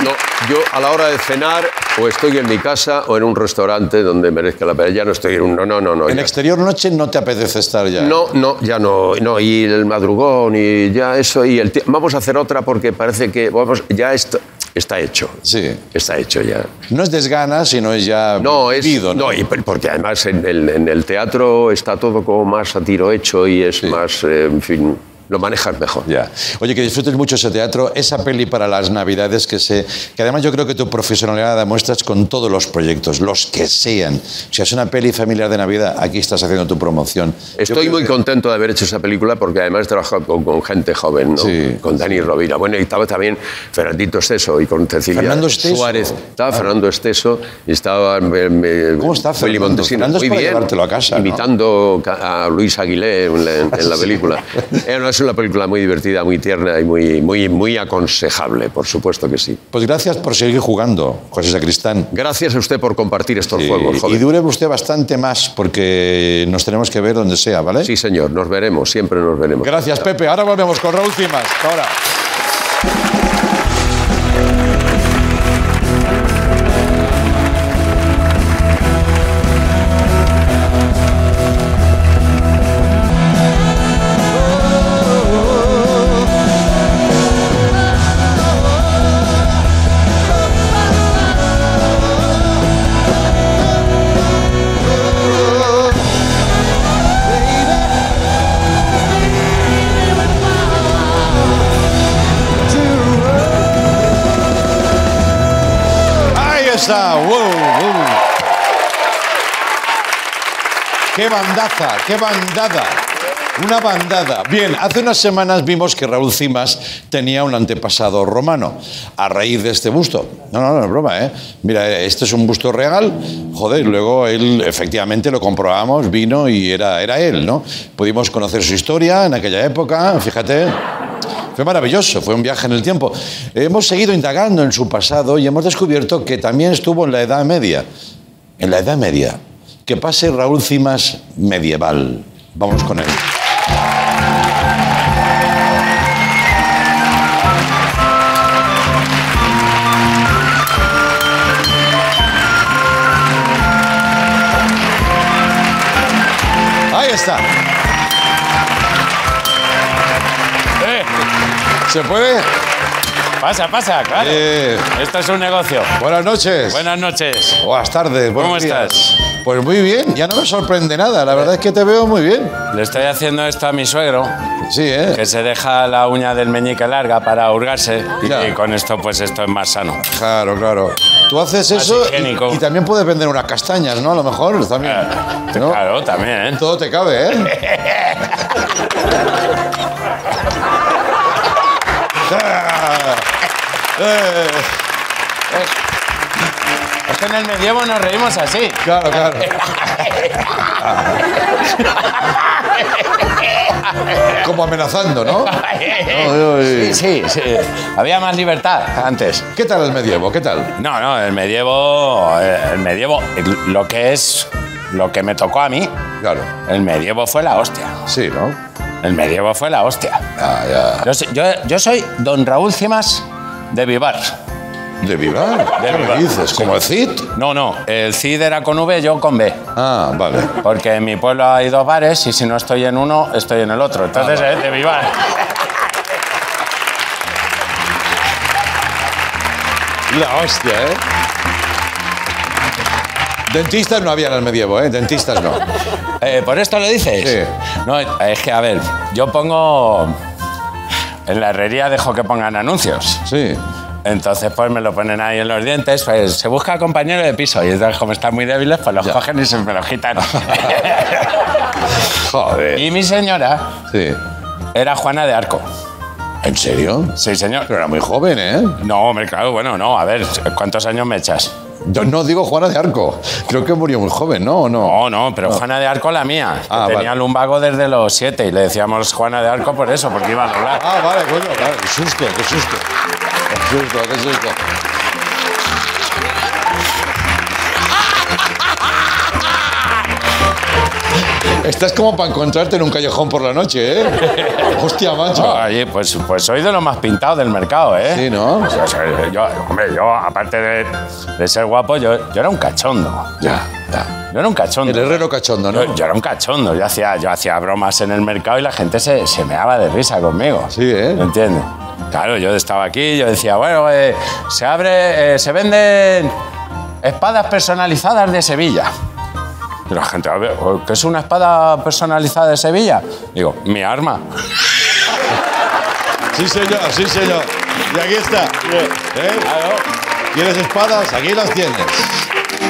J: No, yo a la hora de cenar o estoy en mi casa o en un restaurante donde merezca la pena. Ya no estoy en un... No, no, no. no
B: en
J: ya.
B: exterior noche no te apetece estar ya.
J: No, no, ya no, no, y el madrugón y ya eso y el tie- vamos a hacer otra porque parece que vamos ya esto está hecho.
B: Sí.
J: Está hecho ya.
B: No es desgana, sino es ya
J: No, es
B: vivido, ¿no?
J: no, y por- porque además en el, en el teatro está todo como más a tiro hecho y es más eh, en fin, lo manejas mejor.
B: Ya. Oye, que disfrutes mucho ese teatro, esa peli para las navidades que se... Que además yo creo que tu profesionalidad la muestras con todos los proyectos, los que sean. Si es una peli familiar de Navidad, aquí estás haciendo tu promoción.
J: Estoy muy contento de haber hecho esa película porque además trabajo con, con gente joven, ¿no? con Dani Rovira. Bueno, y estaba también Fernandito Esteso y con Cecilia
B: Fernando Esteso. Ah.
J: Suárez. Estaba Fernando Esteso y estaba me- me-
B: ¿Cómo está
J: Willy
B: Fernando?
J: Montesinos.
B: Fernando es
J: muy
B: para
J: bien,
B: llevártelo a casa, ¿no?
J: imitando ca- a Luis Aguilé en la, en la
B: Sí.
J: película. Eh, no, es una película muy divertida, muy tierna y muy, muy, muy aconsejable, por supuesto que sí.
B: Pues gracias por seguir jugando, José Sacristán.
J: Gracias a usted por compartir estos
B: Y-
J: juegos,
B: y
J: joven.
B: dure usted bastante más, porque nos tenemos que ver donde sea, ¿vale?
J: Sí, señor, nos veremos, siempre nos veremos.
B: Gracias, Pepe. Ahora volvemos con Raúl Cimas. Hasta Ahora. Ahí está. Wow, wow. Qué bandaza, qué bandada. Una bandada. Bien, hace unas semanas vimos que Raúl Cimas tenía un antepasado romano a raíz de este busto. No, no, no es broma, ¿eh? Mira, este es un busto real. Joder, y luego él efectivamente lo comprobamos, vino y era, era él, ¿no? Pudimos conocer su historia en aquella época, fíjate. Fue maravilloso, fue un viaje en el tiempo. Hemos seguido indagando en su pasado y hemos descubierto que también estuvo en la Edad Media. En la Edad Media. Que pase Raúl Cimas medieval. Vamos con él. Ahí está. Eh, ¿Se puede?
L: Pasa, pasa, claro.
B: Eh.
L: Esto es un negocio.
B: Buenas noches.
L: Buenas noches.
B: Buenas tardes. buenos
L: ¿Cómo
B: días.
L: estás?
B: Pues muy bien, ya no me sorprende nada. La verdad es que te veo muy bien.
L: Le estoy haciendo esto a mi suegro.
B: Sí, ¿eh?
L: Que se deja la uña del meñique larga para hurgarse. Y, y con esto, pues esto es más sano.
B: Claro, claro. Tú haces
L: Más
B: eso y,
L: higiénico.
B: y también puedes vender unas castañas, ¿no? A lo mejor también. ¿no?
L: Claro, también.
B: Todo te cabe, ¿eh? Ah, eh,
L: Es que en el medievo nos reímos así.
B: Claro, claro. Como amenazando, ¿no?
L: Sí, sí, sí. Había más libertad antes.
B: ¿Qué tal el medievo? ¿Qué tal?
L: No, no, el medievo. El medievo, eh, lo que es. Lo que me tocó a mí.
B: Claro.
L: El medievo fue la hostia.
B: Sí, ¿no?
L: El medievo fue la hostia. Yo, soy- yo, yo soy don Raúl Cimas de Vivar.
B: ¿De Vivar?
L: ¿Qué
B: dices? ¿Como el Cid?
L: No, no. El Cid era con V, yo con B.
B: Ah, vale.
L: Porque en mi pueblo hay dos bares y si no estoy en uno, estoy en el otro. Entonces,
B: Ah, vale.
H: eh,
L: es de Vivar.
B: La hostia, ¿eh? Dentistas no había en el medievo, ¿eh? Dentistas no.
H: Eh, ¿Por esto lo dices? Sí. No, es que, a ver, yo pongo. En la herrería dejo que pongan anuncios.
B: Sí.
H: Entonces, pues me lo ponen ahí en los dientes. Pues se busca compañero de piso. Y entonces, como están muy débiles, pues los cogen y se me los quitan.
B: Joder.
H: Y mi señora
B: Sí.
H: era Juana de Arco.
B: ¿En serio?
H: Sí, señor.
B: Pero era muy joven, ¿eh?
H: No, hombre, claro, bueno, no. A ver, ¿cuántos años me echas?
B: Yo no digo Juana de Arco. Creo que murió muy joven, ¿no? ¿O no?
H: No, no, pero Juana de Arco la mía. que
B: Ah,
H: tenía
B: vale.
H: lumbago desde los siete y le decíamos Juana de Arco por eso, porque iba a doblar.
B: Ah, vale, bueno, claro. Qué susto, qué susto. Qué susto, qué susto. Estás como para encontrarte en un callejón por la noche, ¿eh? Hostia, macho.
H: Oye, pues, pues soy de lo más pintado del mercado, ¿eh?
B: Ah. Sí, ¿no?
H: O sea, yo, hombre, yo, aparte de, de ser guapo, yo, yo era un cachondo.
B: Ya, ya.
H: Yo era un cachondo.
B: El herrero cachondo, ¿no?
H: Yo, yo era un cachondo. Yo hacía, yo hacía bromas en el mercado y la gente se, se meaba de risa conmigo.
B: Sí, ¿eh?
H: ¿Me entiendes? Claro, yo estaba aquí, yo decía, bueno, eh, se abre, eh, se venden espadas personalizadas de Sevilla. Y la gente, a ver, ¿qué es una espada personalizada de Sevilla? Digo, mi arma.
B: Sí, señor, sí, señor. Y aquí está. ¿Eh? ¿Quieres espadas? Aquí las tienes.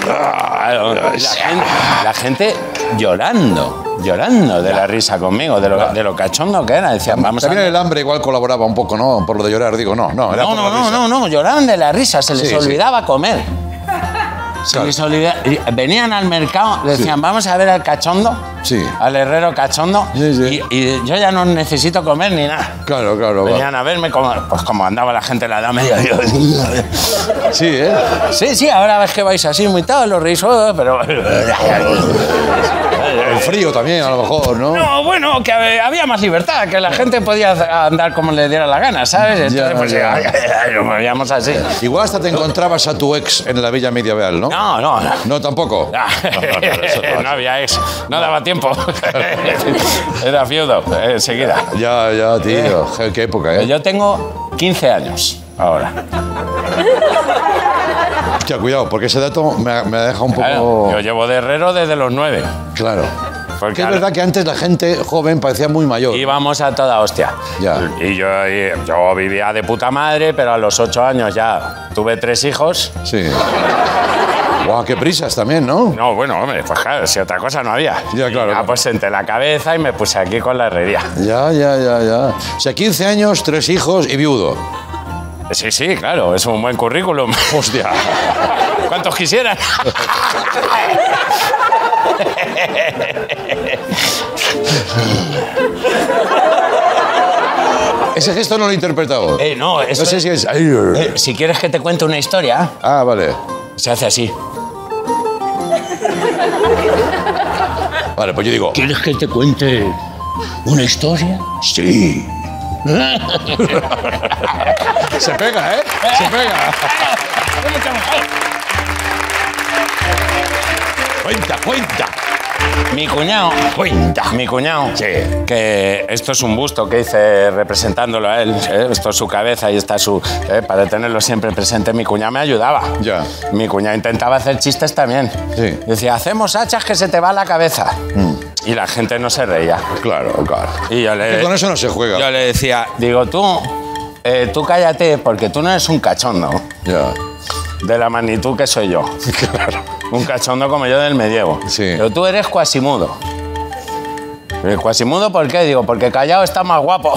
H: Claro, la, gente, la gente llorando, llorando de la risa conmigo, de lo, de lo cachondo que era. Decían, vamos a...
B: También el hambre igual colaboraba un poco, ¿no? Por lo de llorar, digo, no, no. Era
H: No,
B: por la
H: no, no,
B: risa.
H: no, no, lloraban de la risa, se
B: Sí,
H: les
B: sí.
H: olvidaba comer. Se
B: Claro.
H: les olvidaba- y Venían al mercado, decían, vamos a ver al cachondo,
B: Sí.
H: al herrero cachondo,
B: Sí, sí.
H: y, y yo ya no necesito comer ni nada.
B: Claro, claro. va.
H: Venían a verme como, pues como andaba la gente en la edad media. yo-
B: Sí, ¿eh?
H: sí, sí, ahora ves que vais así muy tal, los reís, oh, pero...
B: El frío también, a lo mejor, ¿no?
H: No, bueno, que hab- había más libertad, que la gente podía hacer- andar como le diera la gana, ¿sabes? Entonces,
B: Ya,
H: pues,
B: ya.
H: ya, nos movíamos así.
B: Igual hasta te encontrabas a tu ex en la Villa Medieval, ¿no?
H: No, no, no.
B: No, tampoco.
H: Ah, No había ex, no daba tiempo. Era viudo, eh, enseguida.
B: Ya, ya, tío. Je, Qué época, ¿eh?
H: Yo tengo 15 años ahora.
B: Hostia, cuidado, porque ese dato me, ha- me ha dejado un
H: Claro,
B: poco...
H: Yo llevo de herrero desde los 9.
B: Claro.
H: Porque
B: Que es
H: ahora-
B: verdad que antes la gente joven parecía muy mayor.
H: Íbamos a toda hostia.
B: Ya.
H: Y yo, y yo vivía de puta madre, pero a los 8 años ya tuve tres hijos.
B: Sí. Guau, qué prisas también, ¿no?
H: No, bueno, hombre, pues claro, si otra cosa no había.
B: Ya, claro.
H: Ah, pues senté la cabeza y me puse aquí con la herrería.
B: Ya, ya, ya, ya. O sea, 15 años, tres hijos y viudo.
H: Sí, sí, claro, es un buen currículum.
B: Hostia.
H: ¿Cuántos quisieran?
B: Ese gesto no lo he interpretado.
H: Eh, no, eso
B: no sé
H: es-
B: si es...
H: Eh, si quieres que te cuente una historia,
B: Ah, vale.
H: se hace así.
B: Vale, pues yo digo...
M: ¿Quieres que te cuente una historia?
B: Sí. Se pega, ¿eh? Se pega.
H: Cuenta, cuenta. Mi cuñado. Cuenta. Mi cuñado. Sí. Que esto es un busto que hice representándolo a él. ¿eh? Esto es su cabeza y está su. ¿eh? Para tenerlo siempre presente, mi cuñado me ayudaba.
B: Ya.
H: Mi cuñado intentaba hacer chistes también.
B: Sí. Mm.
H: Decía, hacemos hachas que se te va la cabeza. Y la gente no se reía.
B: Claro, claro. Eh,
H: Y yo le.
B: Que con eso no se juega.
H: Yo le decía, digo, tú. eh, tú cállate porque tú no eres un cachondo
B: Ya.
H: de la magnitud que soy yo.
B: Claro.
H: Un cachondo como yo del medievo.
B: Sí.
H: Pero tú eres cuasimudo. Eh, ¿Cuasimudo por qué? Digo, porque callado está más guapo.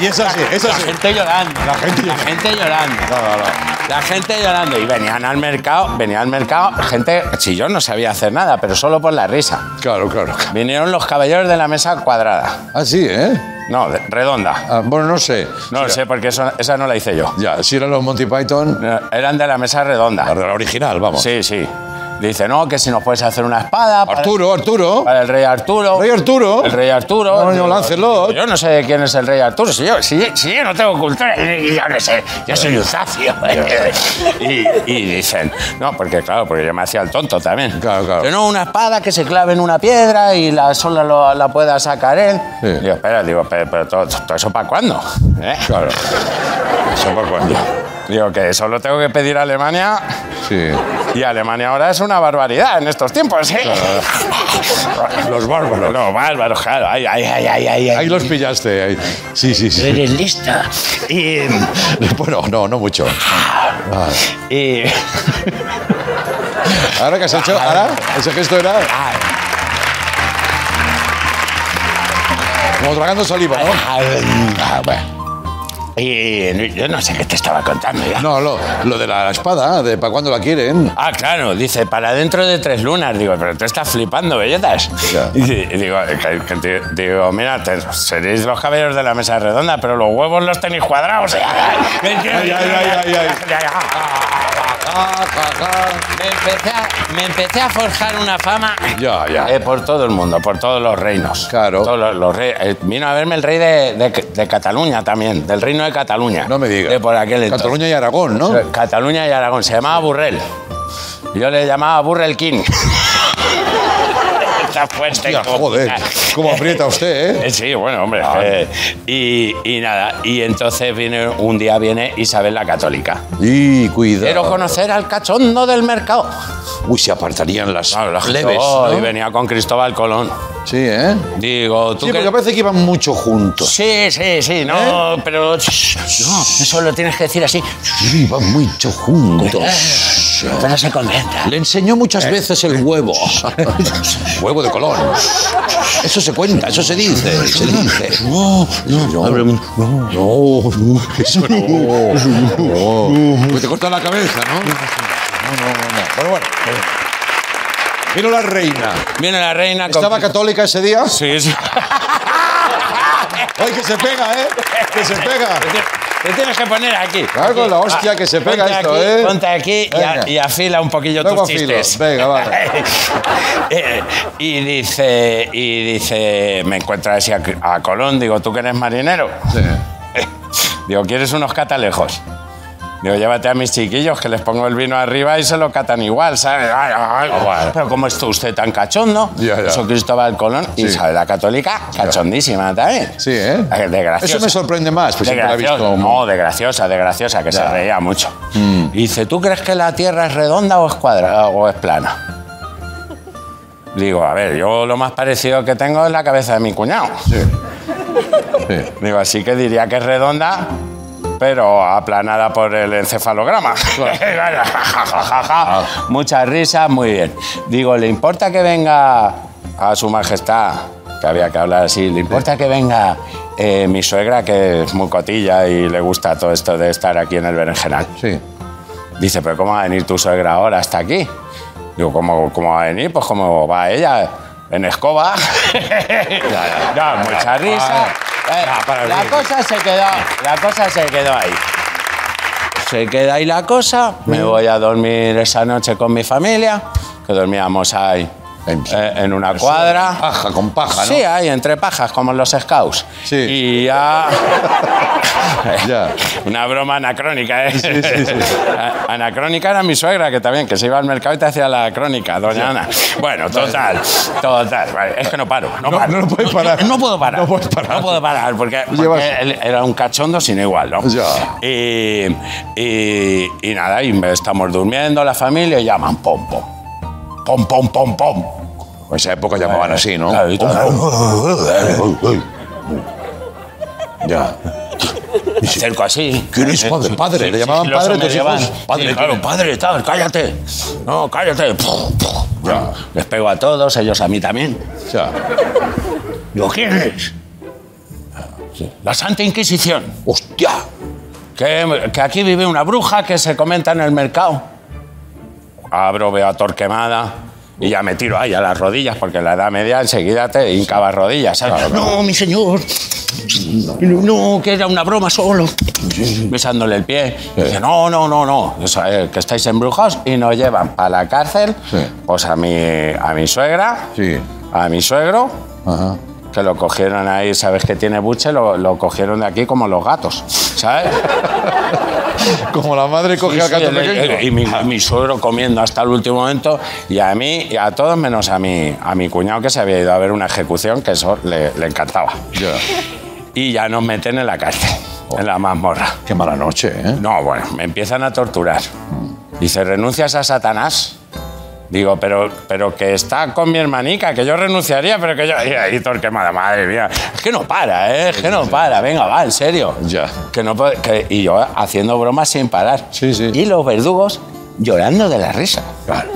B: Y es así, es
H: La
B: así.
H: gente llorando. La
B: gente llorando.
H: llorando.
B: No, no, no.
H: La gente llorando. Y venían al mercado, venía al mercado, gente. Si yo no sabía hacer nada, pero solo por la risa.
B: Claro, claro.
H: Vinieron los caballeros de la mesa cuadrada.
B: Ah, sí, ¿eh?
H: No, de- redonda.
B: Ah, bueno, no sé.
H: No lo sé, porque eso- esa no la hice yo.
B: Ya, si eran los Monty Python,
H: No, Eran de la mesa redonda.
B: la de la original, vamos.
H: Sí, sí. Dice, no, que si nos puedes hacer una espada. para-
B: Arturo, Arturo.
H: Para el rey Arturo.
B: Rey Arturo.
H: El rey Arturo.
B: No, no, Lancelot.
H: Yo no sé de quién es el rey Arturo. Si yo, si, si yo no tengo cultura, yo no sé. Yo soy un zafio. y, y dicen, no, porque claro, porque yo me hacía el tonto también.
B: Claro, claro.
H: Que no, una espada que se clave en una piedra y la sola lo- la pueda sacar él.
B: Sí.
H: Digo, espera, digo, pero, pero todo, todo eso para cuándo. ¿Eh?
B: Claro.
L: Eso por cuenta. Digo que solo tengo que pedir a Alemania. Sí. Y Alemania ahora es una barbaridad en estos tiempos, ¿eh?
B: Los bárbaros.
L: No, bárbaros, claro. Ay, ay, ay, ay, ay, ay.
B: Ahí los pillaste. ahí. Sí, sí, sí.
N: Eres lista.
B: Eh, bueno, no, no mucho. Ah. ¿Ahora qué has hecho? ¿Ahora? ¿Ese gesto era? Como tragando saliva, ¿no?
L: Ah, bueno. Y yo no sé qué te estaba contando ya.
B: No, lo, lo de la espada, de para cuándo la quieren.
L: Ah, claro, dice, para dentro de tres lunas. Digo, pero tú estás flipando, belletas. Y digo, que- que te- digo, mira, te- seréis los caballeros de la mesa redonda, pero los huevos los tenéis cuadrados. ¿eh?
B: Ay, ay, ay, ay, Ah,
L: Me empecé, a, me empecé a forjar una fama
B: Ya, ya.
L: eh, por todo el mundo, por todos los reinos. Claro. los, los rey- eh, vino a verme el rey de, de- de Cataluña también, del reino de Cataluña. No me digas. De por aquel entonces.
B: Cataluña y Aragón, ¿no?
L: Eh, Cataluña y Aragón. Se llamaba Burrell. Yo le llamaba Burrell King. Está fuerte. como-
B: joder, Ah. cómo aprieta usted,
L: Eh, Sí, bueno, hombre. eh, y, y nada, y entonces viene, un día viene Isabel la Católica.
B: Y cuidado.
L: Quiero conocer al cachondo del mercado.
B: Uy, se apartarían las leves.
L: Oh,
B: ¿no?
L: Y venía con Cristóbal Colón.
B: Sí, ¿eh?
L: Digo,
B: Sí,
L: tú ¿Eh? que-
B: porque parece que iban mucho juntos.
L: Sí, sí, sí, no, pero. shh, No, eso lo tienes que decir así.
B: Sí, iban mucho juntos. Eh.
L: Entonces se comenta.
B: Le enseñó muchas veces el huevo. huevo de Colón. Eso se cuenta, eso se dice, se dice. No, no, no. No, no, eso no. no. Pues te corta la cabeza, ¿no? No, no, no. no. Bueno, bueno. Vino la reina.
L: Viene la reina. con-
B: ¿Estaba católica ese día?
L: Sí, sí.
B: ¡Ay, que se pega, eh! ¡Que se pega!
L: Te tienes que poner aquí. Ah,
B: Claro, con la hostia que se pega
L: ponte
B: esto,
L: aquí,
B: ¿eh?
L: Ponte aquí y, a-
B: Venga.
L: y afila un poquillo
B: Luego
L: tus
B: afilo.
L: chistes.
B: Venga, vale.
L: Eh, y dice, y dice, me encuentra así a, a Colón, digo, ¿tú que eres marinero? digo, ¿quieres unos catalejos? Digo, llévate a mis chiquillos que les pongo el vino arriba y se lo catan igual, ¿sabes? Ay, ay, ay. Pero ¿cómo está usted tan cachondo?
B: Ah, Ya, ya.
L: Soy Cristóbal Colón
B: Sí.
L: y Isabel la Católica, cachondísima también.
B: Sí, ¿eh?
L: Desgraciosa.
B: Eso me sorprende más, pues
L: De
B: siempre la he visto. Mm.
L: graciosa, No, de graciosa, de graciosa, que se reía mucho. Y dice, ¿tú crees que la Tierra es redonda o es cuadrada o es plana? Digo, a ver, yo lo más parecido que tengo es la cabeza de mi cuñado. Digo, así que diría que es redonda, pero aplanada por el encefalograma. Ja, ja, ja, ja. Muchas risas, muy bien. Digo, ¿le importa que venga a su majestad? Que había que hablar así. ¿Le importa que venga eh, mi suegra, que es muy cotilla y le gusta todo esto de estar aquí en el berenjenal?
B: Sí.
L: Dice, ¿pero cómo va a venir tu suegra ahora hasta aquí? Digo, ¿cómo, cómo va a venir? Pues cómo va ella, en escoba. No, mucha risa. Eh, la cosa se quedó, la cosa se quedó ahí. Mm. Se queda ahí la cosa. Me voy a dormir esa noche con mi familia, que dormíamos ahí eh, en una cuadra.
B: Paja, con paja, ¿no?
L: Sí, ahí entre pajas, como en los scouts. Sí. Y ya. Una broma anacrónica, ¿eh? A- Anacrónica era mi suegra, que también, que se iba al mercado y te hacía la crónica, doña Ana. Bueno, total, total. Vale, Es que no paro, no, paro.
B: no lo puedes parar.
L: No, puedo parar. No puedes parar. No puedo parar, porque, porque
B: Llevas-
L: él era un cachondo sin igual, ¿no?
B: Ya.
L: Y, y- y nada, y me- estamos durmiendo la familia y llaman pom, pom. Pom, pom, pom, pom.
B: En esa época llamaban así, ¿no?
L: Claro, y todo-
B: Ya.
L: Me acerco así.
B: ¿Quién es padre? Padre, le llamaban
L: los
B: padre a tus
L: medieval.
B: hijos. Padre,
L: Sí, claro, padre, tal, cállate. No, cállate. Puf, puf. Les pego a todos, ellos a mí también. Digo, ¿quién es? La Santa Inquisición.
B: ¡Hostia!
L: Que, que aquí vive una bruja que se comenta en el mercado. Abro, veo a Torquemada y ya me tiro ahí a las rodillas, porque en la Edad Media enseguida te hincabas rodillas. ¿sabes? No, mi señor. No, que era una broma solo. Besándole el pie. Dice, no, no, no, no. Eso, eh, que estáis embrujados y nos llevan a la cárcel. Pues a mi, a mi suegra,
B: Sí.
L: a mi suegro,
B: Ajá.
L: que lo cogieron ahí, ¿sabes que tiene buche? Lo, lo cogieron de aquí como los gatos, ¿sabes?
B: Como la madre coge
L: Sí,
B: al
L: sí,
B: gato
L: el- el-
B: pequeño.
L: y mi, mi suegro comiendo hasta el último momento y a mí y a todos menos a mi, a mi cuñado que se había ido a ver una ejecución que eso le, le encantaba.
B: Ya.
L: Y ya nos meten en la cárcel.
B: mazmorra.
L: En la mazmorra.
B: Qué mala noche, ¿eh?
L: No, bueno, me empiezan a torturar.
B: Mm.
L: Dice, ¿renuncias a Satanás? Digo, pero, pero que está con mi hermanica, que yo renunciaría, pero que yo. Y ahí Torquemada, madre mía. Es que no para, ¿eh? Es que no para. Venga, va, en serio.
B: Ya.
L: Que no, puede- que- y yo haciendo bromas sin parar.
B: Sí, sí.
L: Y los verdugos llorando de la risa.
B: Claro,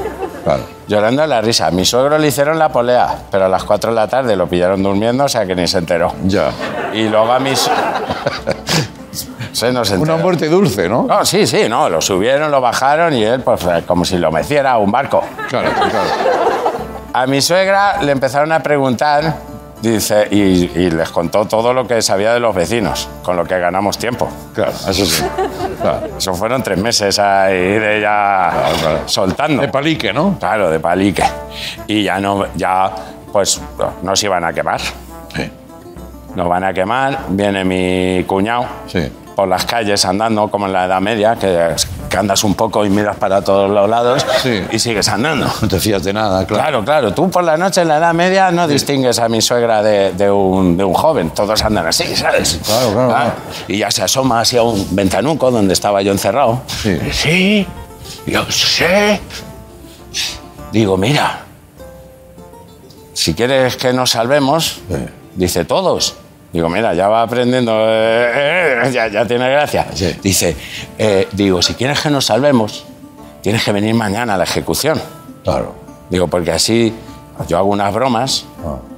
B: claro.
L: Llorando de la risa. A mi suegro le hicieron la polea, pero a las 4 de la tarde lo pillaron durmiendo, o sea que ni se enteró.
B: Ya.
L: Y luego a mis. se nos enteró.
B: Una muerte dulce, ¿no?
L: No, sí, sí, no. Lo subieron, lo bajaron y él, pues, como si lo meciera a un barco.
B: Claro, claro.
L: A mi suegra le empezaron a preguntar, dice, y, y les contó todo lo que sabía de los vecinos, con lo que ganamos tiempo.
B: Claro, eso sí. Claro.
L: Eso fueron tres meses ahí de ella soltando.
B: De palique, ¿no?
L: Claro, de palique. Y ya no, ya, pues nos iban a quemar.
B: Sí.
L: Nos van a quemar. Viene mi cuñado
B: Sí.
L: por las calles andando, como en la Edad Media, que, que andas un poco y miras para todos los lados
B: Sí.
L: y sigues andando.
B: No te fías de nada, claro.
L: Claro, claro. Tú por la noche en la Edad Media no distingues a mi suegra de, de un, de un joven. Todos andan así, ¿sabes?
B: Claro, claro,
L: Ah,
B: claro.
L: Y ya se asoma hacia un ventanuco donde estaba yo encerrado.
B: Sí.
L: Sí, yo sé. Digo, mira, si quieres que nos salvemos, dice todos. Digo, mira, ya va aprendiendo, eh, eh, ya, ya tiene gracia.
B: Sí.
L: Dice, eh, digo, si quieres que nos salvemos, tienes que venir mañana a la ejecución.
B: Claro.
L: Digo, porque así yo hago unas bromas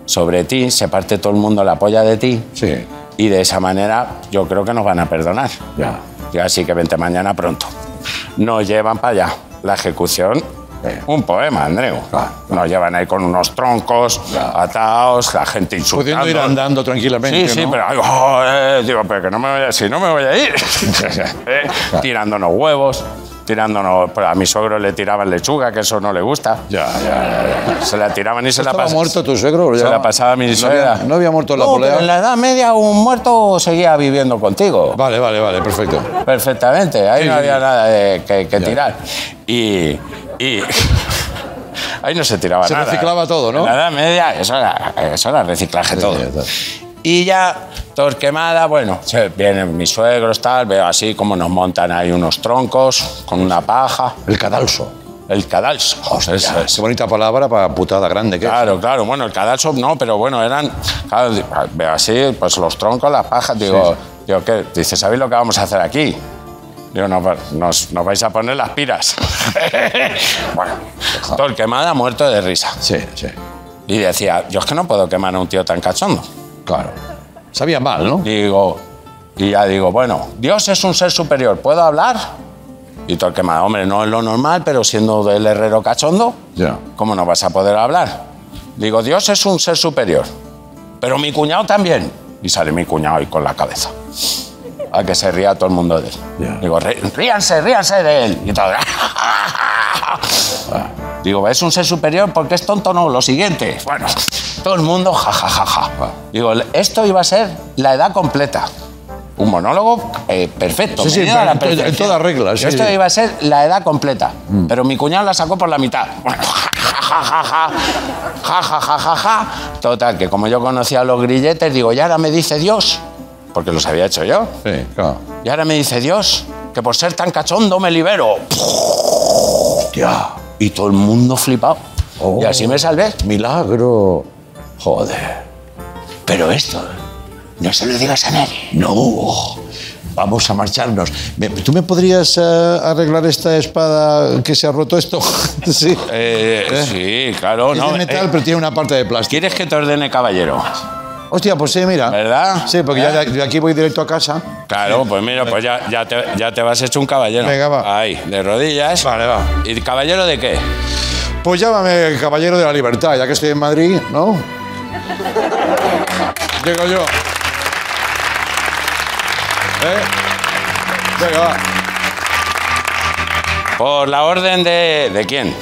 L: sobre ti, se parte todo el mundo la polla de ti
B: Sí.
L: y de esa manera yo creo que nos van a perdonar.
B: Ya.
L: Digo, así que vente mañana pronto. Nos llevan para allá. La ejecución,
B: Eh.
L: un poema, Andreu.
B: Ah,
L: Nos llevan ahí con unos troncos, atados, la gente insultando.
B: Pudiendo ir andando
L: Sí,
B: tranquilamente.
L: sí,
B: ¿no?
L: pero ay, oh, eh, digo, pero que no me voy a, si no me voy a ir. Eh, Tirándonos huevos, tirándonos, pero a mi suegro le tiraban lechuga, que eso no le gusta.
B: Ya, ya, ya.
L: Se la tiraban y se la
B: ¿Estaba
L: pasaban.
B: muerto tu suegro?
L: Se
B: Ya.
L: la pasaba a mi
B: No
L: suegra.
B: había- no había muerto la
L: No,
B: polea.
L: pero en la Edad Media un muerto seguía viviendo contigo.
B: Vale, vale, vale, perfecto.
L: Perfectamente, ahí
B: Sí,
L: no
B: sí,
L: había
B: sí.
L: nada de- que, que
B: Ya.
L: tirar. Y. y- ahí no se tiraba
B: Se
L: nada.
B: reciclaba todo, ¿no?
L: En la Edad Media, eso era, eso era reciclaje todo.
B: Sí, ya está.
L: Y ya, Torquemada, bueno, se- vienen mis suegros, tal, veo así como nos montan ahí unos troncos con una paja.
B: El cadalso.
L: El cadalso. eso es.
B: Qué bonita palabra para putada grande que es.
L: Claro, claro. Bueno, el cadalso no, pero bueno, eran. claro, di- veo así, pues los troncos, las pajas. Digo, digo ¿qué? Dice, ¿sabéis lo que vamos a hacer aquí? Digo, "No, pues, nos, nos vais a poner las piras. bueno, todo el quemada muerto de risa.
B: Sí, sí.
L: Y decía, yo es que no puedo quemar a un tío tan cachondo.
B: Claro. Sabía mal, ¿no?
L: Digo, y ya digo, bueno, Dios es un ser superior, ¿puedo hablar? Y todo el quemado, hombre, no es lo normal, pero siendo del herrero cachondo,
B: Ya.
L: ¿cómo no vas a poder hablar? Digo, Dios es un ser superior, pero mi cuñado también. Y sale mi cuñado ahí con la cabeza. A que se ría todo el mundo de él.
B: Ya.
L: Digo, "Rí- ríanse, ríanse de él. Y todo. Digo, es un ser superior porque es tonto, no, lo siguiente. Bueno, todo el mundo, ja, ja, ja, ja. Digo, esto iba a ser la edad completa. Un monólogo eh, perfecto.
B: Sí, sí,
L: medido a la
B: en to- en
L: perfección.
B: todas reglas, sí, Mm.
L: esto
B: sí.
L: iba a ser la edad completa, pero mi cuñado la sacó por la mitad. Bueno, ja, ja, ja, ja, ja, ja, ja, ja, ja. Total, que como yo conocía los grilletes, digo, y ahora me dice Dios, porque los había hecho yo,
B: Sí, claro.
L: y ahora me dice Dios, que por ser tan cachondo me libero.
B: Hostia.
L: Y todo el mundo flipado.
B: Oh.
L: Y así me salvé.
B: Milagro. Joder.
L: Pero esto, no se lo digas a nadie.
B: ¿eh? No. Oh, Vamos a marcharnos. Me- ¿Tú me podrías eh, arreglar esta espada que se ha roto esto? sí.
L: sí, claro,
B: es
L: Eh, no.
B: de metal,
L: eh,
B: pero tiene una parte de plástico.
L: ¿Quieres que te ordene caballero?
B: Hostia, pues sí, mira.
L: ¿Verdad?
B: Sí, porque ya
L: ¿Eh?
B: de de aquí voy directo a casa.
L: Claro, pues mira, pues ya, ya, te, ya te vas hecho un caballero.
B: Venga, va.
L: Ahí, de rodillas.
B: Vale, va.
L: ¿Y caballero de qué?
B: Pues llámame el caballero de la libertad, ya que estoy en Madrid, ¿no? Llego yo. ¿Eh? Venga, va.
L: Por la orden de. ¿De quién?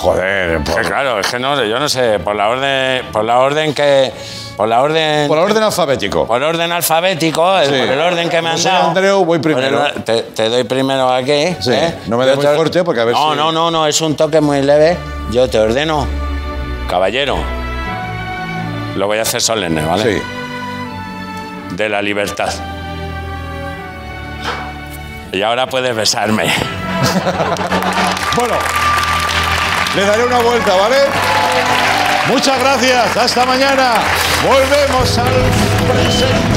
L: Joder, claro, es que no, yo no sé. Por la orden. Por la orden que. Por la orden.
B: Por orden alfabético.
L: Por orden alfabético, el-
B: Sí.
L: por el orden que me han
B: Como soy
L: dado.
B: Andreu, voy
L: Por el
B: primero.
L: or- te, te doy primero aquí.
B: Sí,
L: ¿eh?
B: no me
L: Yo
B: des muy
L: te-
B: fuerte, porque a ver
L: No,
B: si-
L: no, no, no, es un toque muy leve. Yo te ordeno, caballero. Lo voy a hacer solemne, ¿vale?
B: Sí.
L: De la libertad. Y ahora puedes besarme.
B: Bueno, le daré una vuelta, ¿vale? Muchas gracias, hasta mañana. Volvemos al presente.